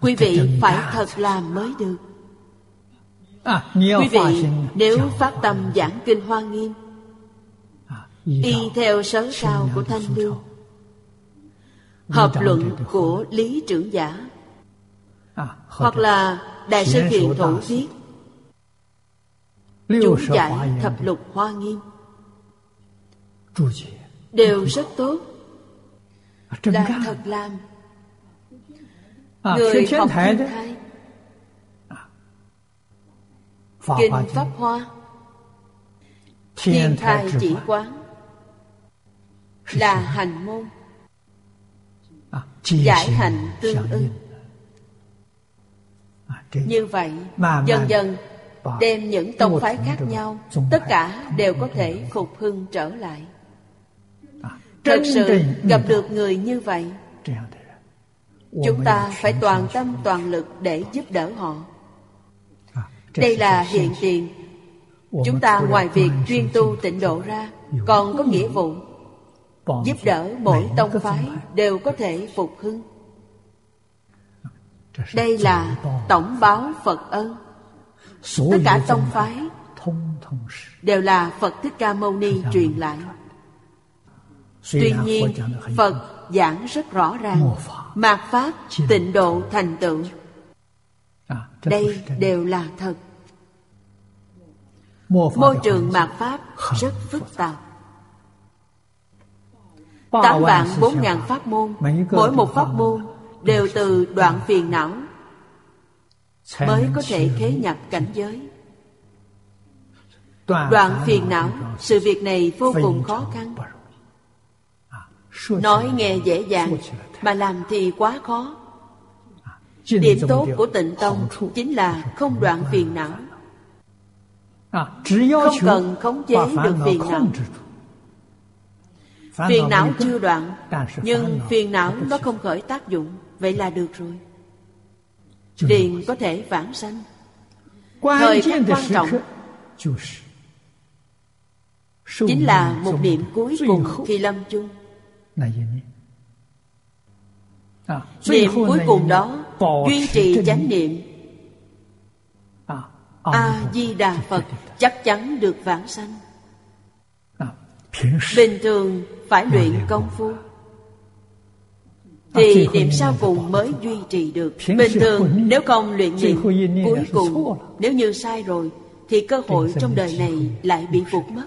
quý vị phải thật làm mới được quý vị nếu phát tâm giảng kinh hoa nghiêm y theo sớ sao của thanh lương hợp luận của lý trưởng giả hoặc là đại sư thiện thủ viết chú giải thập lục hoa nghiêm đều rất tốt là thật làm người học thiên thai kinh pháp hoa thiên thai chỉ quán là hành môn giải hành tương ưng như vậy dần dần đem những tông phái khác nhau tất cả đều có thể phục hưng trở lại thật sự gặp được người như vậy chúng ta phải toàn tâm toàn lực để giúp đỡ họ đây là hiện tiền chúng ta ngoài việc chuyên tu tịnh độ ra còn có nghĩa vụ giúp đỡ mỗi tông phái đều có thể phục hưng đây là tổng báo phật ân tất cả tông phái đều là phật thích ca mâu ni truyền lại tuy nhiên phật giảng rất rõ ràng mạt pháp tịnh độ thành tựu đây đều là thật môi trường mạt pháp rất phức tạp tám vạn bốn ngàn pháp môn mỗi một pháp môn đều từ đoạn phiền não mới có thể khế nhập cảnh giới đoạn phiền não sự việc này vô cùng khó khăn nói nghe dễ dàng mà làm thì quá khó điểm tốt của tịnh tông chính là không đoạn phiền não không cần khống chế được phiền não phiền não chưa đoạn nhưng phiền não nó không khởi tác dụng vậy là được rồi liền có thể vãng sanh thời khắc quan trọng chính là một niệm cuối cùng khi lâm chung À, niệm cuối cùng đó duy trì chánh niệm À, a di đà phật chắc chắn được vãng sanh À, bình thường phải luyện công phu thì niệm sau cùng mới duy trì được bình thường nếu không luyện niệm cuối cùng nếu như sai rồi thì cơ hội trong đời này lại bị phục mất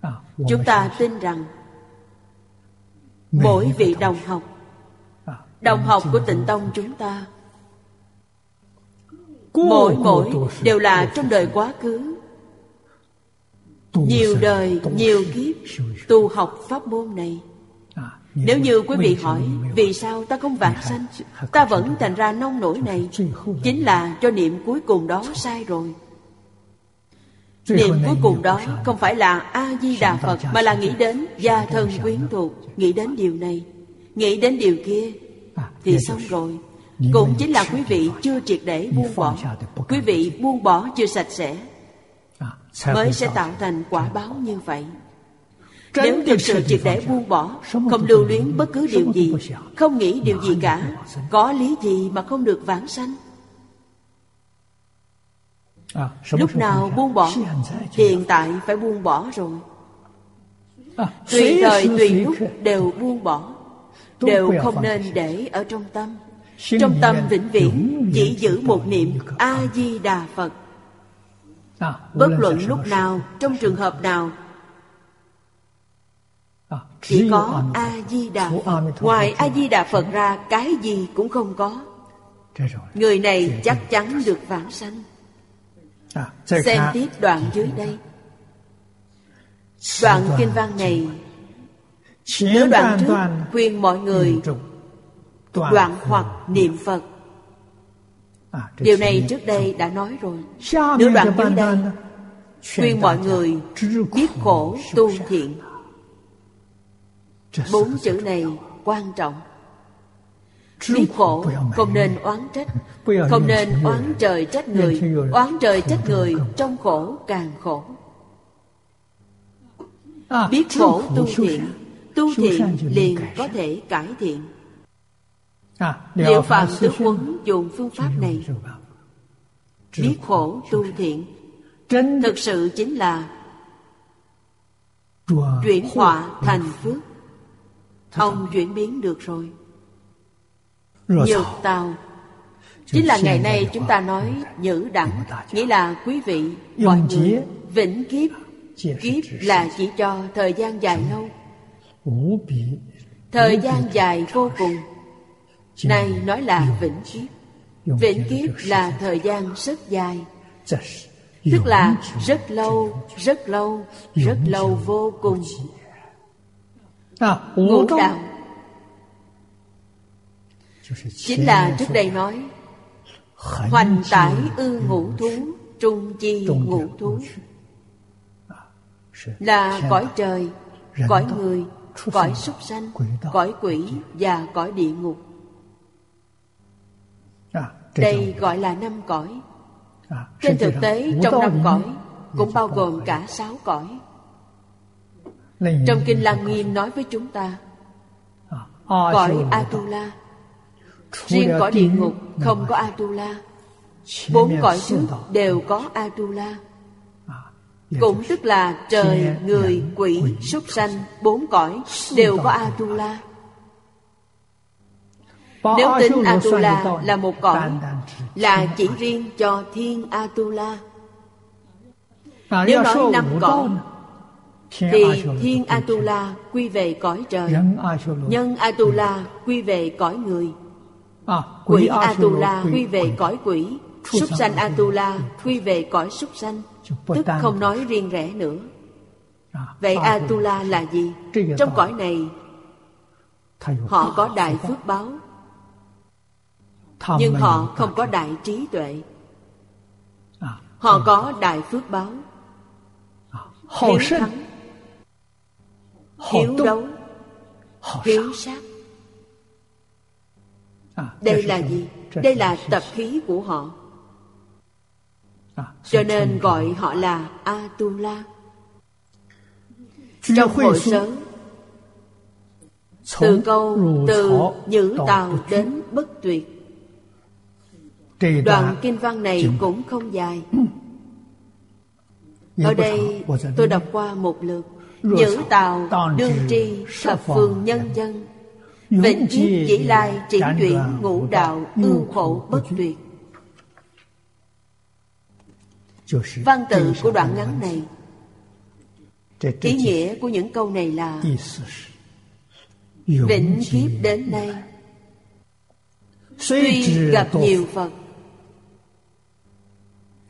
À, chúng ta tin rằng mỗi vị đồng học À, đồng học của tịnh tông chúng ta mỗi mỗi đều là trong đời quá khứ nhiều đời nhiều kiếp tu học pháp môn này nếu như quý vị hỏi vì sao ta không vãng sanh ta vẫn thành ra nông nổi này chính là cho niệm cuối cùng đó sai rồi Niệm cuối cùng đó không phải là A-di-đà Phật Mà là nghĩ đến gia thân quyến thuộc Nghĩ đến điều này Nghĩ đến điều kia Thì xong rồi Cũng chính là quý vị chưa triệt để buông bỏ Quý vị buông bỏ chưa sạch sẽ Mới sẽ tạo thành quả báo như vậy Nếu thực sự triệt để buông bỏ Không lưu luyến bất cứ điều gì Không nghĩ điều gì cả Có lý gì mà không được vãng sanh Lúc nào buông bỏ Hiện tại phải buông bỏ rồi Tùy thời tùy lúc đều buông bỏ Đều không nên để ở trong tâm Trong tâm vĩnh viễn Chỉ giữ một niệm A-di-đà Phật Bất luận lúc nào Trong trường hợp nào Chỉ có A-di-đà Phật Ngoài A-di-đà Phật ra Cái gì cũng không có Người này chắc chắn được vãng sanh Xem tiếp đoạn dưới đây Đoạn kinh văn này Nếu đoạn trước khuyên mọi người Đoạn hoặc niệm Phật Điều này trước đây đã nói rồi Nếu đoạn dưới đây Khuyên mọi người biết khổ tu thiện Bốn chữ này quan trọng biết khổ không nên oán trách không nên oán trời trách người oán trời trách người trong khổ càng khổ biết À, khổ tu thiện tu thiện liền có thể cải thiện liệu phạm tứ quấn dùng phương pháp này biết khổ tu thiện thực sự chính là chuyển họa thành phước ông chuyển biến được rồi nhược tào chính là ngày nay chúng ta nói nhữ đẳng nghĩa là quý vị mọi người vĩnh kiếp kiếp là chỉ cho thời gian dài lâu thời gian dài vô cùng này nói là vĩnh kiếp vĩnh kiếp là thời gian rất dài tức là rất lâu rất lâu rất lâu vô cùng À, ngũ đạo chính là trước đây nói hoành tải ư ngũ thú trung chi ngũ thú là cõi trời cõi người cõi súc sanh cõi quỷ và cõi địa ngục đây gọi là năm cõi À, trên thực tế trong năm cõi cũng bao gồm cả sáu cõi trong kinh lăng nghiêm nói với chúng ta cõi atula riêng cõi địa ngục không có atula bốn cõi trước đều có atula cũng tức là trời người quỷ súc sanh bốn cõi đều có atula nếu tính atula là một cõi là chỉ riêng cho thiên atula nếu nói năm cõi thì thiên atula quy về cõi trời nhân atula quy về cõi người quỷ atula quy về cõi quỷ súc sanh atula quy về cõi súc sanh tức không nói riêng rẽ nữa vậy atula là gì trong cõi này họ có đại phước báo nhưng họ không có đại trí tuệ họ có đại phước báo hiếu thắng hiếu đấu hiếu sát đây là gì đây là tập khí của họ cho nên gọi họ là atula trong hội sớ từ câu từ nhữ tàu đến bất tuyệt đoạn kinh văn này cũng không dài ở đây tôi đọc qua một lượt nhữ tàu đương tri thập phương nhân dân Vĩnh kiếp chỉ lai triển chuyển ngũ đạo ưu khổ bất tuyệt Văn tự của đoạn ngắn này Ý nghĩa của những câu này là Vĩnh kiếp đến nay Tuy gặp nhiều Phật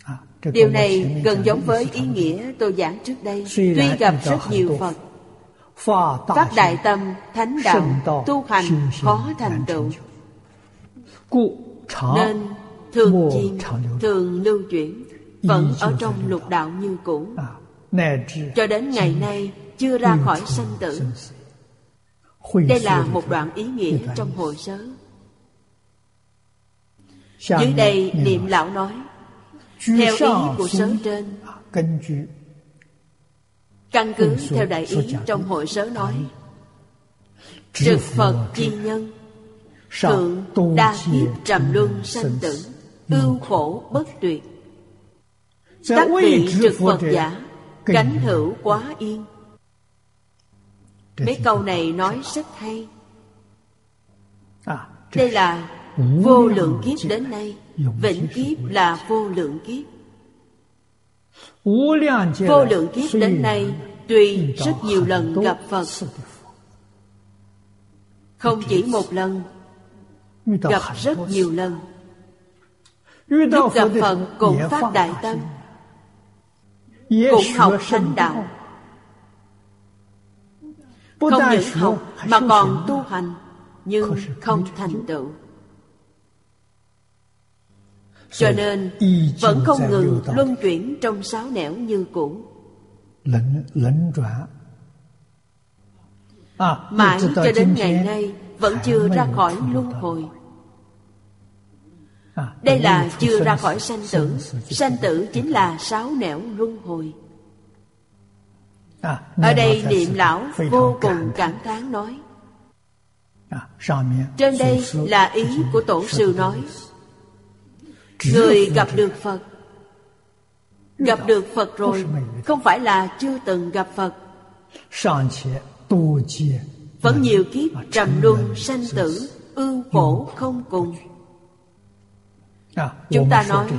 À, Điều này gần giống với ý nghĩa tôi giảng trước đây Tuy gặp rất nhiều Phật Phát đại tâm, thánh đạo, tu hành khó thành tựu Nên thường chiên, thường lưu chuyển Vẫn ở trong lục đạo như cũ Cho đến ngày nay chưa ra khỏi sanh tử Đây là một đoạn ý nghĩa trong hội sớ Dưới đây niệm lão nói Theo ý của sớ trên Căn cứ theo đại ý trong hội sớ nói Trực Phật chi nhân Thượng đa kiếp trầm luân sanh tử Ưu khổ bất tuyệt Các vị trực Phật giả Cánh hữu quá yên Mấy câu này nói rất hay Đây là vô lượng kiếp đến nay Vĩnh kiếp là vô lượng kiếp Vô lượng kiếp đến nay Tuy rất nhiều lần gặp Phật Không chỉ một lần Gặp rất nhiều lần Lúc gặp Phật cũng phát đại tâm Cũng học thánh đạo Không những học mà còn tu hành Nhưng không thành tựu cho nên vẫn không ngừng luân chuyển trong sáu nẻo như cũ Mãi cho đến ngày nay vẫn chưa ra khỏi luân hồi Đây là chưa ra khỏi sanh tử Sanh tử chính là sáu nẻo luân hồi ở đây niệm lão vô cùng cảm À, thán nói trên đây là ý của tổ sư nói người gặp được phật gặp được phật rồi không phải là chưa từng gặp phật vẫn nhiều kiếp trầm luân sanh tử ương khổ không cùng chúng ta nói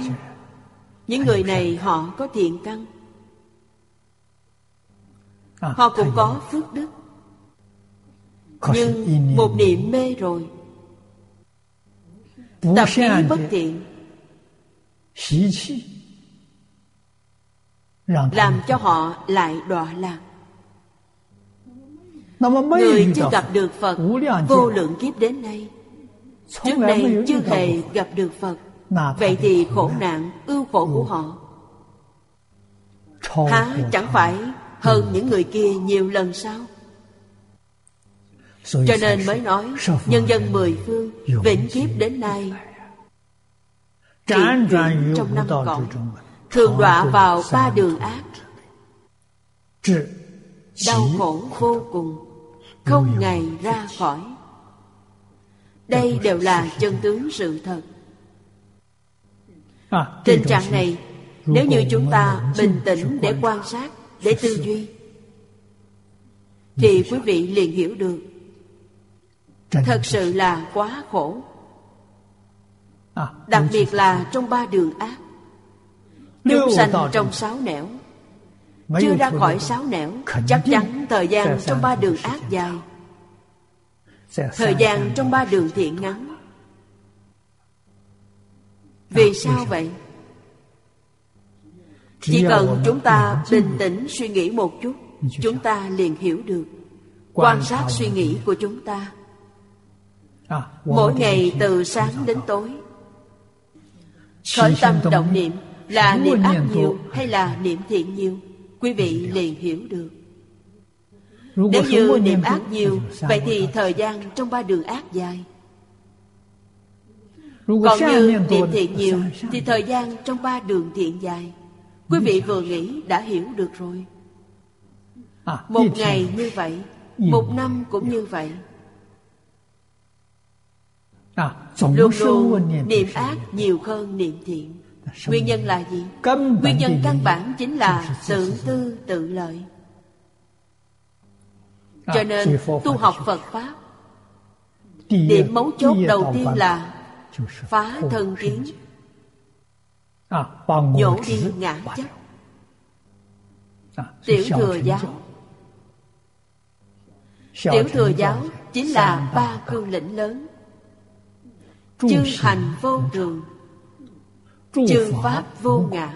những người này họ có thiện căn họ cũng có phước đức nhưng một niệm mê rồi tập khí bất thiện làm cho họ lại đọa lạc người chưa gặp được phật vô lượng kiếp đến nay trước đây chưa hề gặp được phật vậy thì khổ nạn ưu khổ của họ há chẳng phải hơn những người kia nhiều lần sao cho nên mới nói nhân dân mười phương vĩnh kiếp đến nay chuyển chuyển trong năm cõi thường đọa vào ba đường ác đau khổ vô cùng không ngày ra khỏi đây đều là chân tướng sự thật tình trạng này nếu như chúng ta bình tĩnh để quan sát để tư duy thì quý vị liền hiểu được thật sự là quá khổ đặc biệt là trong ba đường ác chúng sanh trong sáu nẻo chưa ra khỏi sáu nẻo chắc chắn thời gian trong ba đường ác dài thời gian trong ba đường thiện ngắn vì sao vậy chỉ cần chúng ta bình tĩnh suy nghĩ một chút chúng ta liền hiểu được quan sát suy nghĩ của chúng ta mỗi ngày từ sáng đến tối khởi tâm động niệm là niệm ác nhiều hay là niệm thiện nhiều quý vị liền hiểu được nếu như niệm ác nhiều vậy thì thời gian trong ba đường ác dài còn như niệm thiện nhiều thì thời gian trong ba đường thiện dài quý vị vừa nghĩ đã hiểu được rồi một ngày như vậy một năm cũng như vậy luôn luôn niệm ác nhiều hơn niệm thiện nguyên nhân là gì nguyên nhân căn bản chính là tự tư tự lợi cho nên tu học À, phật pháp điểm mấu chốt đầu tiên là phá thân kiến À, nhổ đi ngã chấp tiểu thừa giáo tiểu thừa giáo chính là ba cương lĩnh lớn chương hành vô thường chương pháp vô ngã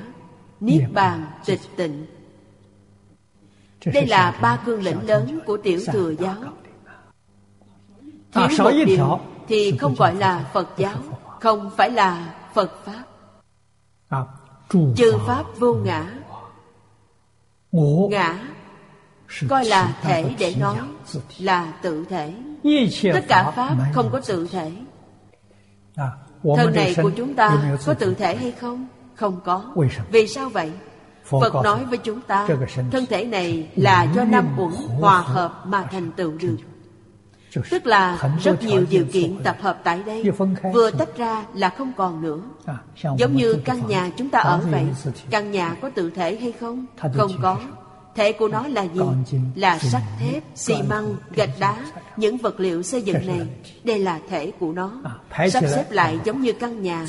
niết bàn tịch tịnh đây là ba cương lĩnh lớn của tiểu thừa giáo thiếu một điều thì không gọi là phật giáo không phải là phật pháp À, chư pháp vô ngã ngã coi là thể để nói là tự thể tất cả pháp không có tự thể thân này của chúng ta có tự thể hay không không có vì sao vậy phật nói với chúng ta thân thể này là do năm uẩn hòa hợp mà thành tựu được tức là rất nhiều điều kiện tập hợp tại đây vừa tách ra là không còn nữa giống như căn nhà chúng ta ở vậy căn nhà có tự thể hay không không có thể của nó là gì là sắt thép xi măng gạch đá những vật liệu xây dựng này À, đây là thể của nó sắp xếp lại giống như căn nhà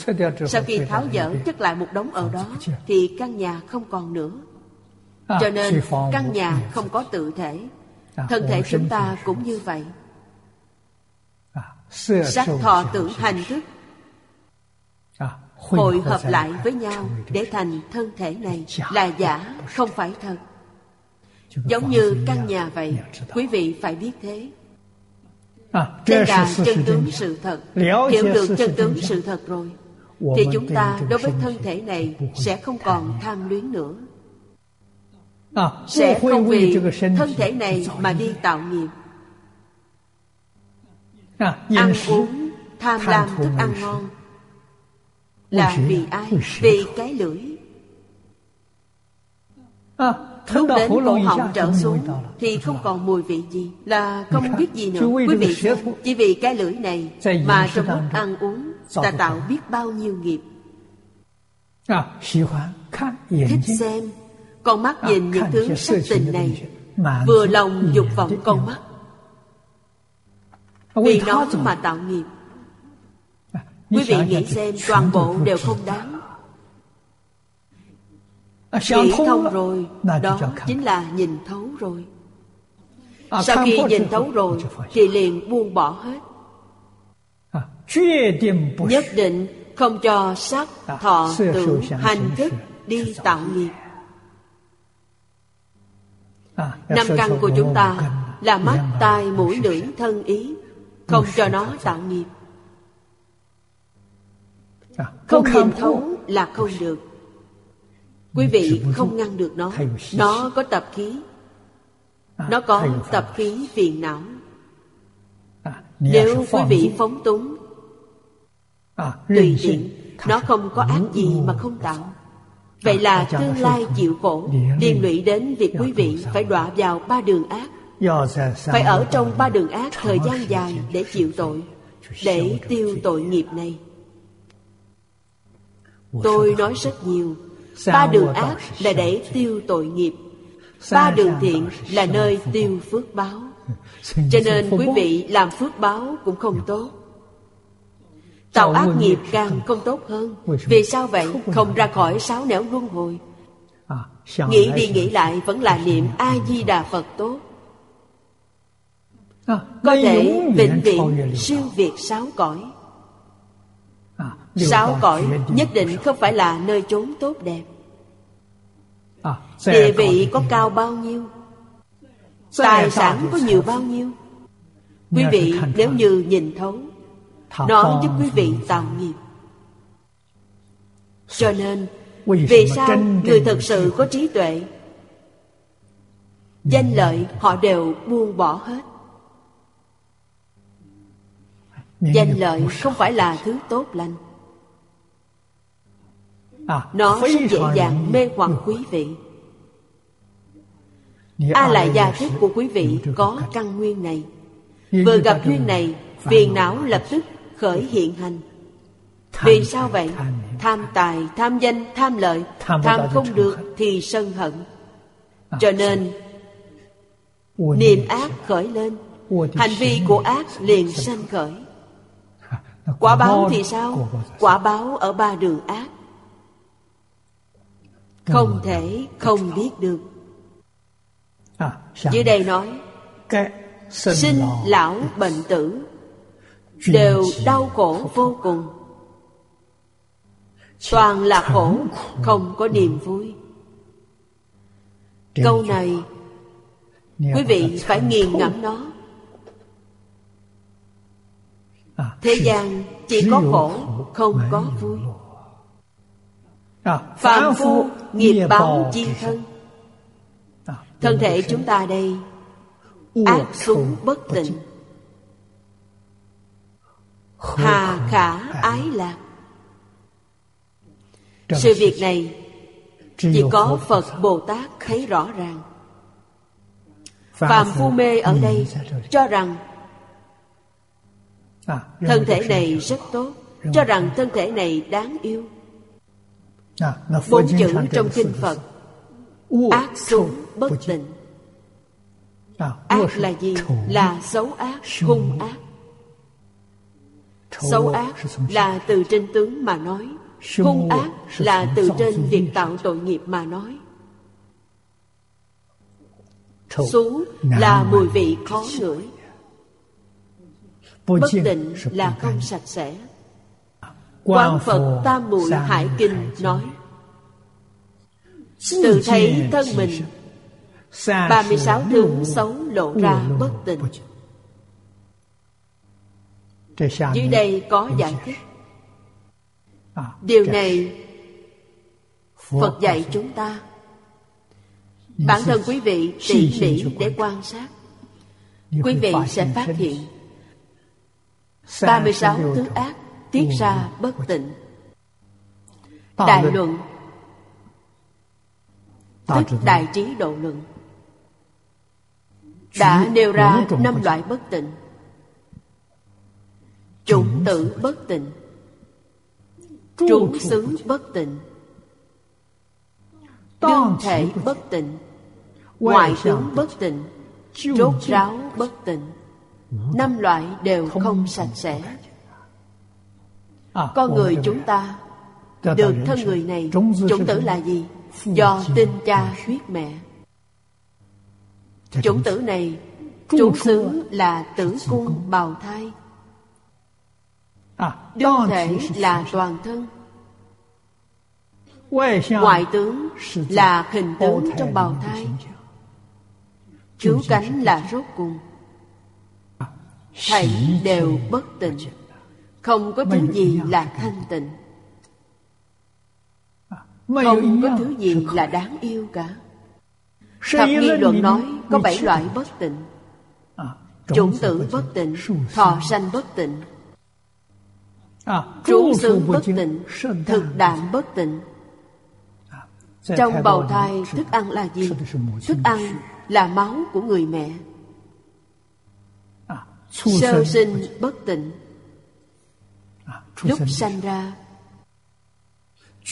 sau khi tháo dỡ chất lại một đống ở đó thì căn nhà không còn nữa cho nên căn nhà không có tự thể thân thể chúng ta cũng như vậy sắc thọ tưởng hành thức hội hợp lại với nhau để thành thân thể này là giả không phải thật giống như căn nhà vậy quý vị phải biết thế đây là chân tướng sự thật hiểu được chân tướng sự thật rồi thì chúng ta đối với thân thể này sẽ không còn tham luyến nữa sẽ không vì thân thể này mà đi tạo nghiệp ăn uống tham lam thức ăn ngon là vì ai vì cái lưỡi Lúc đến cổ họng trở xuống Thì không còn mùi vị gì Là không biết gì nữa Quý vị xem, chỉ vì cái lưỡi này Mà trong lúc ăn uống Ta tạo biết bao nhiêu nghiệp Thích xem Con mắt nhìn những thứ sắc tình này Vừa lòng dục vọng con mắt Vì nó mà tạo nghiệp Quý vị nghĩ xem toàn bộ đều không đáng Nghĩ thông rồi Đó chính là nhìn thấu rồi Sau khi nhìn thấu rồi Thì liền buông bỏ hết Nhất định không cho sắc thọ tưởng hành thức đi tạo nghiệp Năm căn của chúng ta là mắt, tai, mũi, lưỡi, thân, ý Không cho nó tạo nghiệp Không nhìn thấu là không được Quý vị không ngăn được nó Nó có tập khí Nó có tập khí phiền não Nếu quý vị phóng túng Tùy tiện Nó không có ác gì mà không tạo Vậy là tương lai chịu khổ Liên lụy đến việc quý vị phải đọa vào ba đường ác Phải ở trong ba đường ác thời gian dài để chịu tội Để tiêu tội nghiệp này Tôi nói rất nhiều Ba đường ác là để tiêu tội nghiệp Ba đường thiện là nơi tiêu phước báo Cho nên quý vị làm phước báo cũng không tốt Tạo ác nghiệp càng không tốt hơn Vì sao vậy? Không ra khỏi sáu nẻo luân hồi Nghĩ đi nghĩ lại vẫn là niệm A-di-đà Phật tốt Có thể vĩnh viễn siêu việt sáu cõi Sáu cõi nhất định không phải là nơi chốn tốt đẹp Địa vị có cao bao nhiêu Tài sản có nhiều bao nhiêu Quý vị nếu như nhìn thấu Nó giúp quý vị tạo nghiệp Cho nên Vì sao người thật sự Dạ. có trí tuệ Danh lợi họ đều buông bỏ hết Danh lợi không phải là thứ tốt lành nó rất dễ dàng mê hoặc quý vị a la gia thức của quý vị có căn nguyên này vừa gặp duyên này phiền não lập tức khởi hiện hành vì sao vậy tham tài tham danh tham lợi tham không được thì sân hận cho nên niệm ác khởi lên hành vi của ác liền sanh khởi quả báo thì sao quả báo ở ba đường ác không thể không biết được dưới đây nói À, sinh lão bệnh tử đều đau khổ vô cùng toàn là khổ không có niềm vui câu này quý vị phải nghiền ngẫm nó thế gian chỉ có À, khổ không có vui Phạm À, phu nghiệp báo À, chi thân Thân thể chúng ta đây Ác xuống bất tịnh Hà khả ái lạc Sự việc này Chỉ có Phật Bồ Tát thấy rõ ràng Phạm phu mê ở đây cho rằng À, Thân thể này rất tốt Cho rằng thân thể này đáng yêu À, Bốn chữ trong kinh Phật Ác xuống bất tịnh Ác à, là gì? Là xấu ác, hung ác Xấu ác là từ trên tướng mà nói Hung ác là từ trên việc tạo tội nghiệp mà nói Xú là mùi vị khó ngửi Bất tịnh là không sạch sẽ quan phật tam muội hải kinh nói tự thấy thân mình 36 tướng xấu lộ ra bất tịnh Dưới đây có giải thích Điều này Phật dạy chúng ta Bản thân quý vị tỉ mỉ để quan sát Quý vị sẽ phát hiện 36 tướng ác tiết ra bất tịnh đại luận tức đại trí độ luận đã nêu ra năm loại bất tịnh chủng tử bất tịnh trú xứ bất tịnh đương thể bất tịnh ngoại tướng bất tịnh rốt ráo bất tịnh năm loại đều không sạch sẽ con người chúng ta được thân người này chủng tử là gì do tinh cha huyết mẹ chủng tử này chủng xứ là tử cung bào thai đương thể là toàn thân ngoại tướng là hình tướng trong bào thai cứu cánh là rốt cùng thảy đều bất tịnh không có thứ gì là thanh tịnh không có thứ gì là đáng yêu cả thập niên luận nói có bảy loại bất tịnh chủng tử bất tịnh thọ sanh bất tịnh À, trú xương bất tịnh thực đạm bất tịnh trong bào thai thức ăn là gì thức ăn là máu của người mẹ À, sơ sinh bất tịnh À, lúc sanh ra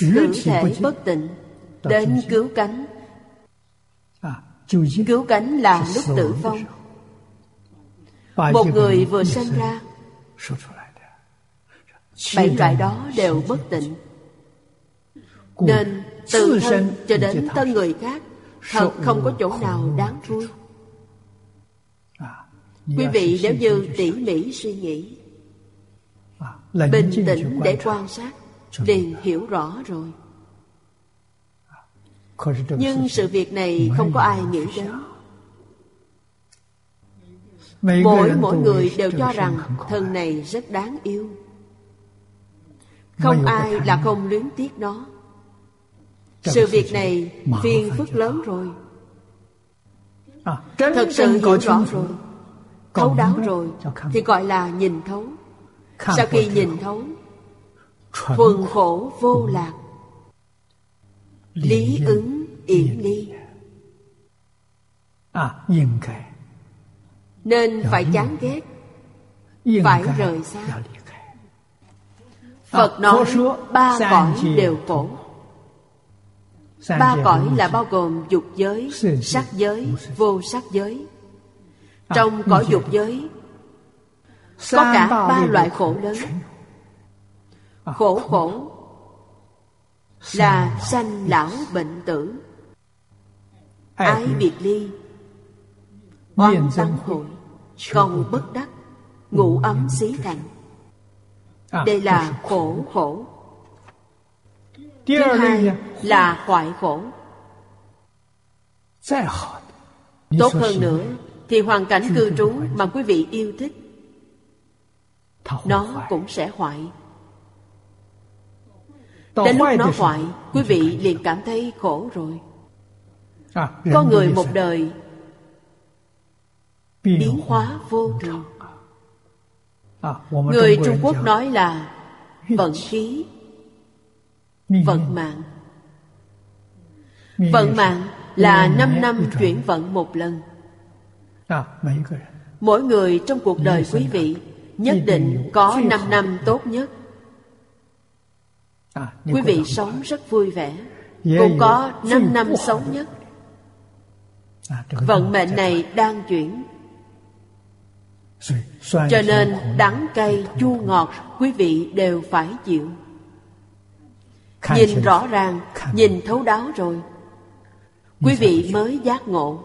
tử thể bất tịnh đến cứu cánh À, cứu cánh là lúc tử vong một người vừa sanh ra bảy loại đó đều bất tịnh nên từ thân cho đến thân người khác thật không có chỗ nào đáng vui quý vị nếu như tỉ mỉ suy nghĩ bình tĩnh để quan sát liền hiểu rõ rồi nhưng sự việc này không có ai nghĩ đến mỗi mỗi người đều cho rằng thân này rất đáng yêu không ai là không luyến tiếc nó sự việc này phiền phức lớn rồi thật sự hiểu rõ rồi thấu đáo rồi thì gọi là nhìn thấu sau khi nhìn thấu thuần khổ vô lạc lý ứng yểm ly nên phải chán ghét phải rời xa phật nói ba cõi đều khổ ba cõi là bao gồm dục giới sắc giới vô sắc giới trong cõi dục giới có cả ba loại khổ lớn khổ khổ là sanh lão bệnh tử ái biệt ly oan tăng hội cầu bất đắc ngủ ấm xí thành đây là À, khổ khổ thứ hai là hoại khổ tốt hơn nữa thì hoàn cảnh cư trú mà quý vị yêu thích nó cũng sẽ hoại đến lúc nó hoại quý vị liền cảm thấy khổ rồi có người một đời biến hóa vô thường người trung quốc nói là vận khí vận mạng vận mạng là 5 năm chuyển vận một lần mỗi người trong cuộc đời quý vị nhất định có 5 năm tốt nhất quý vị sống rất vui vẻ cũng có 5 năm xấu nhất vận mệnh này đang chuyển cho nên đắng cay chua ngọt quý vị đều phải chịu nhìn rõ ràng nhìn thấu đáo rồi quý vị mới giác ngộ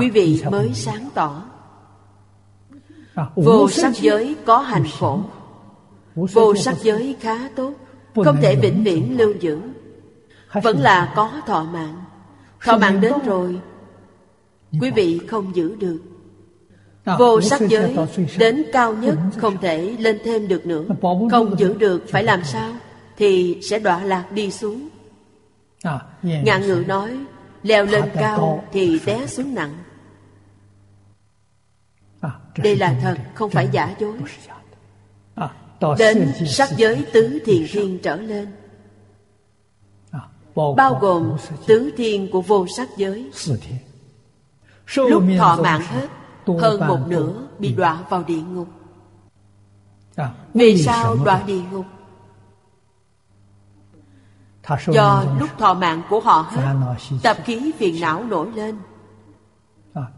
quý vị mới sáng tỏ vô sắc giới có hành khổ vô sắc giới khá tốt không thể vĩnh viễn lưu giữ vẫn là có thọ mạng thọ mạng đến rồi quý vị không giữ được vô sắc giới đến cao nhất không thể lên thêm được nữa không giữ được phải làm sao thì sẽ đọa lạc đi xuống ngạn ngữ nói leo lên cao thì té xuống nặng đây là thật không phải giả dối đến sắc giới tứ thiền thiên trở lên bao gồm tứ thiên của vô sắc giới lúc thọ mạng hết hơn một nửa bị đọa vào địa ngục vì sao đọa địa ngục do lúc thọ mạng của họ hết tập khí phiền não nổi lên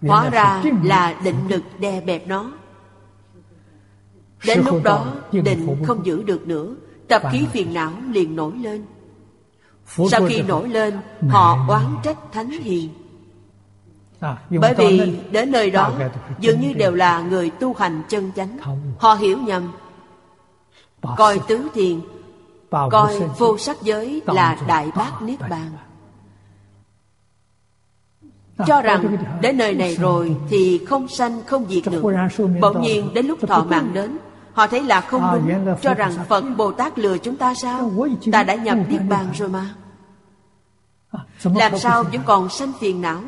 hóa ra là định lực đè bẹp nó đến lúc đó định không giữ được nữa tập khí phiền não liền nổi lên sau khi nổi lên họ oán trách thánh hiền bởi vì đến nơi đó dường như đều là người tu hành chân chánh họ hiểu nhầm coi tứ thiền coi vô sắc giới là đại bác niết bàn À, cho rằng đến nơi này rồi thì không sanh không diệt nữa bỗng nhiên đến lúc thọ mạng đến họ thấy À, là không đúng cho rằng phật bồ tát lừa chúng ta sao ta đã nhập niết bàn rồi mà làm sao À, vẫn còn sanh phiền não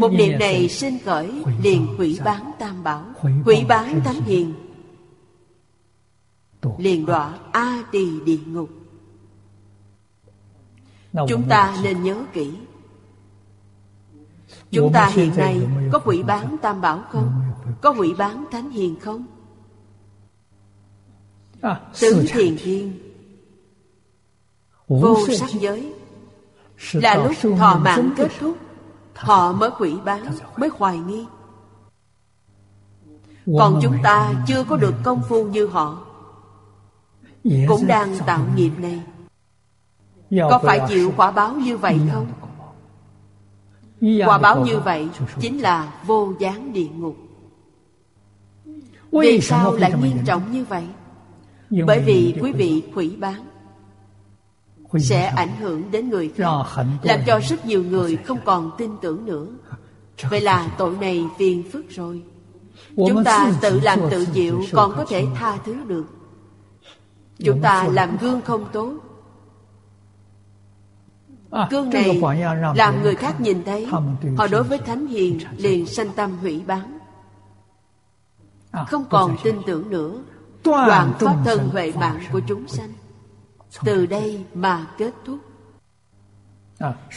một niệm này sinh khởi liền hủy bán tam bảo hủy bán thánh hiền liền đọa a tỳ địa ngục chúng ta nên nhớ kỹ chúng ta hiện nay có quỷ bán tam bảo không có quỷ bán thánh hiền không tứ thiền thiên vô sắc giới là lúc thọ mạng kết thúc họ mới quỷ bán mới hoài nghi còn chúng ta chưa có được công phu như họ cũng đang tạo nghiệp này có phải chịu quả báo như vậy không quả báo như vậy chính là vô gián địa ngục vì sao lại nghiêm trọng như vậy bởi vì quý vị hủy bán sẽ ảnh hưởng đến người khác làm cho rất nhiều người không còn tin tưởng nữa vậy là tội này phiền phức rồi chúng ta tự làm tự chịu còn có thể tha thứ được chúng ta làm gương không tốt gương này làm người khác nhìn thấy họ đối với thánh hiền liền sanh tâm hủy bán không còn tin tưởng nữa đoạn pháp thân huệ mạng của chúng sanh từ đây mà kết thúc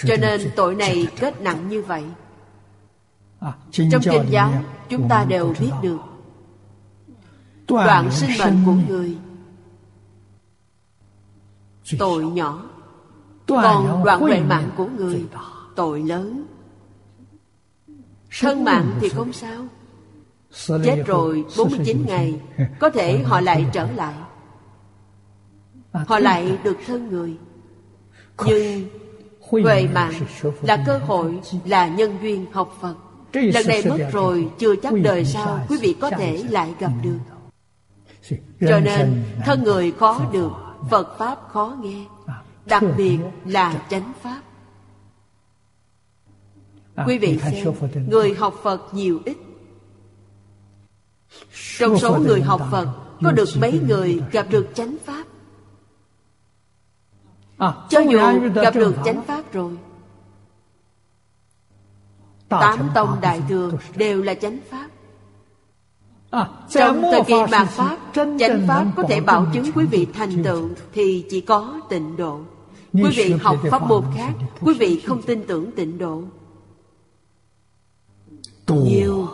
cho nên tội này kết nặng như vậy trong kinh giáo chúng ta đều biết được đoạn sinh mệnh của người tội nhỏ còn đoạn huệ mạng của người tội lớn thân mạng thì không sao chết rồi 49 ngày có thể họ lại trở lại họ lại được thân người nhưng huệ mạng là cơ hội là nhân duyên học phật lần này mất rồi chưa chắc đời sau quý vị có thể lại gặp được cho nên thân người khó được phật pháp khó nghe đặc biệt là chánh pháp quý vị xem người học phật nhiều ít trong số người học phật có được mấy người gặp được chánh pháp cho dù gặp được chánh pháp rồi tám tông đại thừa đều là chánh pháp À, trong thời kỳ mạt pháp chánh pháp có thể bảo chứng quý vị thành tựu thì chỉ có tịnh độ quý vị học pháp môn khác quý vị không tin tưởng tịnh độ nhiều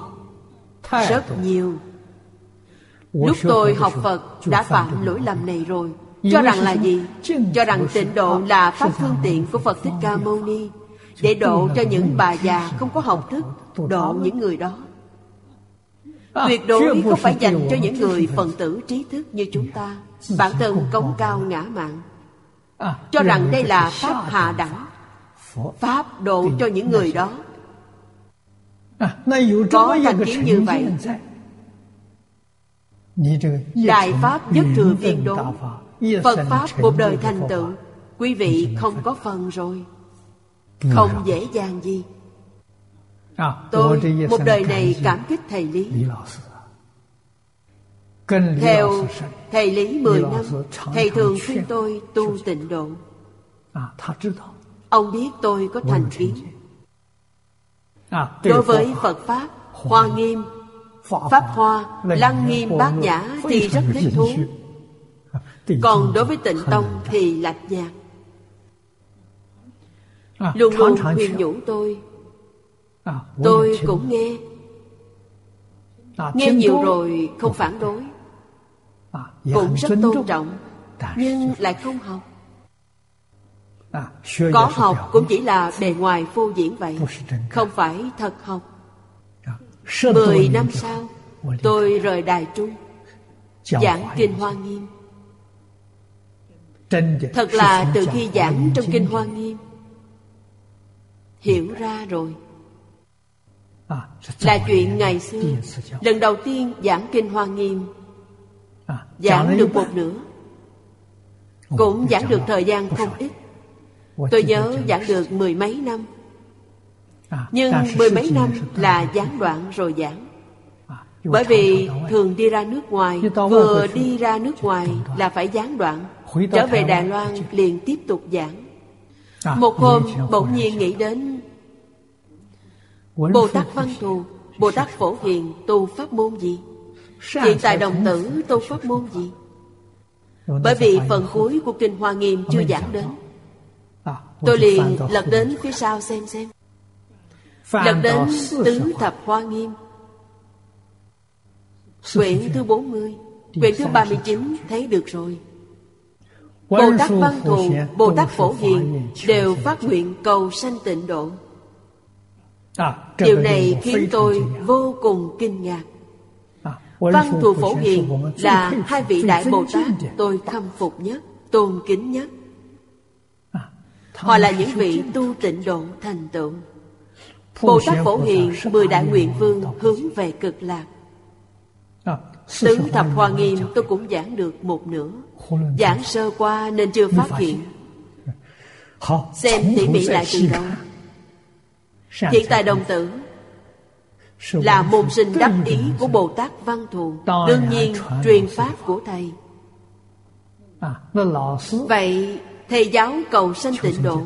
rất nhiều lúc tôi học phật đã phạm lỗi lầm này rồi cho rằng là gì cho rằng tịnh độ là pháp phương tiện của phật thích ca mâu ni để độ cho những bà già không có học thức độ những người đó tuyệt đối không phải dành cho những người phần tử trí thức như chúng ta bản thân cống cao ngã mạng cho rằng đây là pháp hạ đẳng pháp độ cho những người đó À, có thành kiến như vậy đại pháp nhất thừa viên đối phật pháp một đời thành tựu quý vị không có phần rồi không dễ dàng gì Tôi một đời này cảm kích Thầy Lý Theo Thầy Lý 10 năm Thầy thường khuyên tôi tu tịnh độ Ông biết tôi có thành kiến Đối với Phật Pháp Hoa nghiêm Pháp Hoa Lăng nghiêm bát nhã Thì rất thích thú Còn đối với tịnh tông Thì lạch nhạc luôn luôn huyền nhủ tôi tôi cũng nghe nghe nhiều rồi không phản đối cũng rất tôn trọng nhưng lại không học có học cũng chỉ là bề ngoài phô diễn vậy không phải thật học mười năm sau tôi rời đài trung giảng kinh hoa nghiêm thật là từ khi giảng trong kinh hoa nghiêm hiểu ra rồi là chuyện ngày xưa lần đầu tiên giảng kinh hoa nghiêm giảng được một nửa cũng giảng được thời gian không ít tôi nhớ giảng được mười mấy năm nhưng mười mấy năm là gián đoạn rồi giảng bởi vì thường đi ra nước ngoài vừa đi ra nước ngoài là phải gián đoạn trở về đài loan liền tiếp tục giảng một hôm bỗng nhiên nghĩ đến bồ tát văn thù bồ tát phổ hiền tu pháp môn gì hiện tại đồng tử tu pháp môn gì bởi vì phần cuối của kinh hoa nghiêm chưa giảng đến tôi liền lật đến phía sau xem xem lật đến tứ thập hoa nghiêm quyển thứ 40 quyển thứ 39 thấy được rồi Bồ Tát Văn Thù, Bồ Tát Phổ Hiền đều phát nguyện cầu sanh tịnh độ. Điều này khiến tôi vô cùng kinh ngạc. Văn Thù Phổ Hiền là hai vị Đại Bồ Tát tôi khâm phục nhất, tôn kính nhất. Họ là những vị tu tịnh độ thành tựu. Bồ Tát Phổ Hiền, mười đại nguyện vương hướng về cực lạc. Tứ thập hoa nghiêm tôi cũng giảng được một nửa Giảng sơ qua nên chưa phát hiện Xem tỉ mỉ lại từ đầu Hiện tại đồng tử Là môn sinh đắc ý của Bồ Tát Văn Thù Đương nhiên truyền pháp của Thầy Vậy Thầy giáo cầu sanh tịnh độ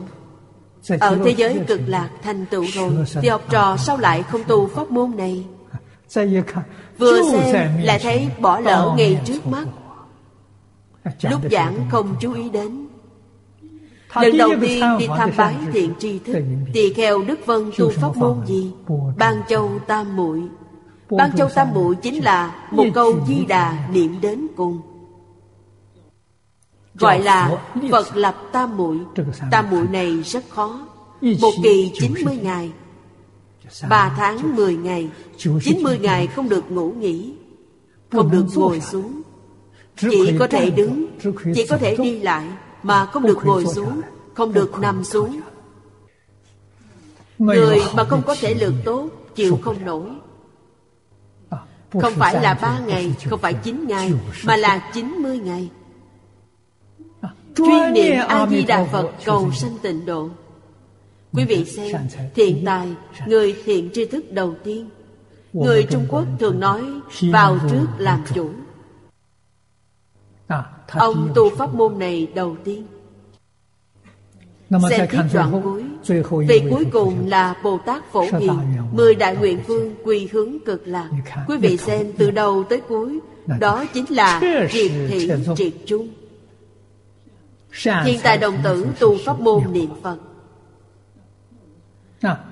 Ở thế giới cực lạc thành tựu rồi Thì học trò sao lại không tu pháp môn này Vừa xem lại thấy bỏ lỡ ngay trước mắt Lúc giảng không chú ý đến Lần đầu tiên đi tham bái thiện tri thức Tỳ kheo Đức Vân tu pháp môn gì Ban Châu Tam Muội Ban Châu Tam Muội chính là Một câu di đà niệm đến cùng Gọi là Phật lập Tam Muội Tam Muội này rất khó Một kỳ 90 ngày ba tháng 10 ngày 90 ngày không được ngủ nghỉ Không được ngồi xuống Chỉ có thể đứng Chỉ có thể đi lại Mà không được ngồi xuống Không được nằm xuống Người mà không có thể lực tốt Chịu không nổi Không phải là ba ngày Không phải 9 ngày Mà là 90 ngày Chuyên niệm A-di-đà Phật cầu sanh tịnh độ Quý vị xem, thiện tài, người thiện tri thức đầu tiên. Người Trung Quốc thường nói vào trước làm chủ. Ông tu pháp môn này đầu tiên. Xem tiếp đoạn cuối. Vị cuối cùng là Bồ Tát Phổ Hiền, mười đại nguyện vương quy hướng cực lạc. Quý vị xem từ đầu tới cuối, đó chính là triệt thị triệt chung. Hiện tại đồng tử tu pháp môn niệm Phật.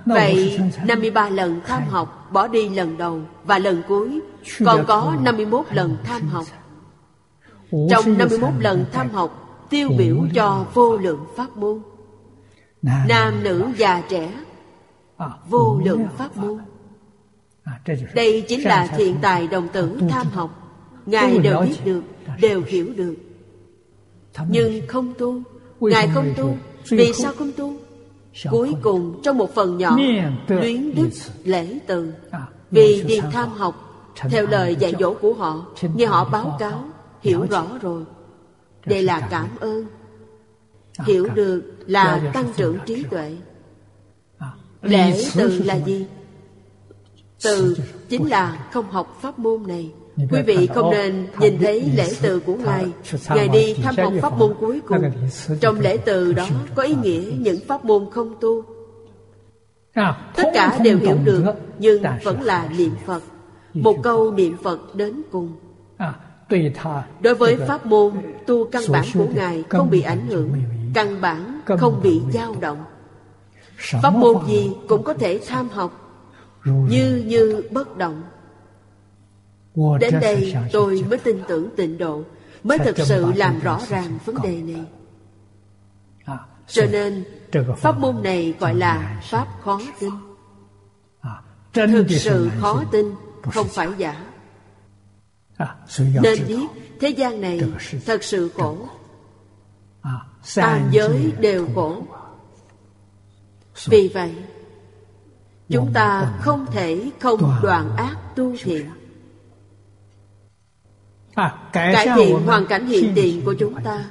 Vậy 53 lần tham học bỏ đi lần đầu và lần cuối Còn có 51 lần tham học Trong 51 lần tham học tiêu biểu cho vô lượng pháp môn Nam nữ già trẻ À, Vô lượng pháp môn À, Đây chính là thiện tài đồng tử tham học Ngài đều biết được, đều hiểu được Nhưng không tu Ngài không tu Vì sao không tu cuối cùng trong một phần nhỏ luyến đức lễ từ vì đi tham học theo lời dạy dỗ của họ nghe họ báo cáo hiểu rõ rồi đây là cảm ơn hiểu được là tăng trưởng trí tuệ à, lễ từ là gì từ chính là không học pháp môn này quý vị không nên nhìn thấy lễ từ của ngài ngài đi thăm học pháp môn cuối cùng trong lễ từ đó có ý nghĩa những pháp môn không tu tất cả đều hiểu được nhưng vẫn là niệm phật một câu niệm phật đến cùng À, đối với pháp môn tu căn bản của ngài không bị ảnh hưởng căn bản không bị dao động pháp môn gì cũng có thể tham học như như bất động đến đây tôi mới tin tưởng tịnh độ mới thực sự làm rõ ràng vấn đề này cho nên pháp môn này gọi là pháp khó tin thực sự khó tin không phải giả nên biết thế gian này thật sự khổ tam giới đều khổ vì vậy chúng ta không thể không đoạn ác tu thiện cải thiện hoàn cảnh hiện tiền của chúng ta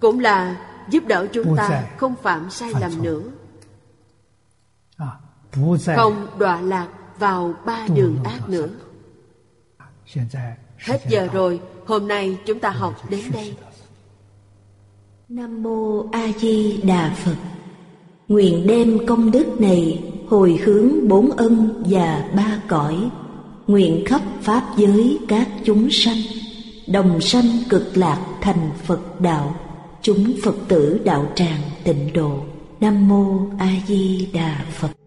cũng là giúp đỡ chúng ta không phạm sai lầm nữa không đọa lạc vào ba đường ác nữa hết giờ rồi hôm nay chúng ta học đến đây
nam mô a di đà phật nguyện đem công đức này hồi hướng bốn ân và ba cõi nguyện khắp pháp giới các chúng sanh đồng sanh cực lạc thành phật đạo chúng phật tử đạo tràng tịnh độ nam mô a di đà phật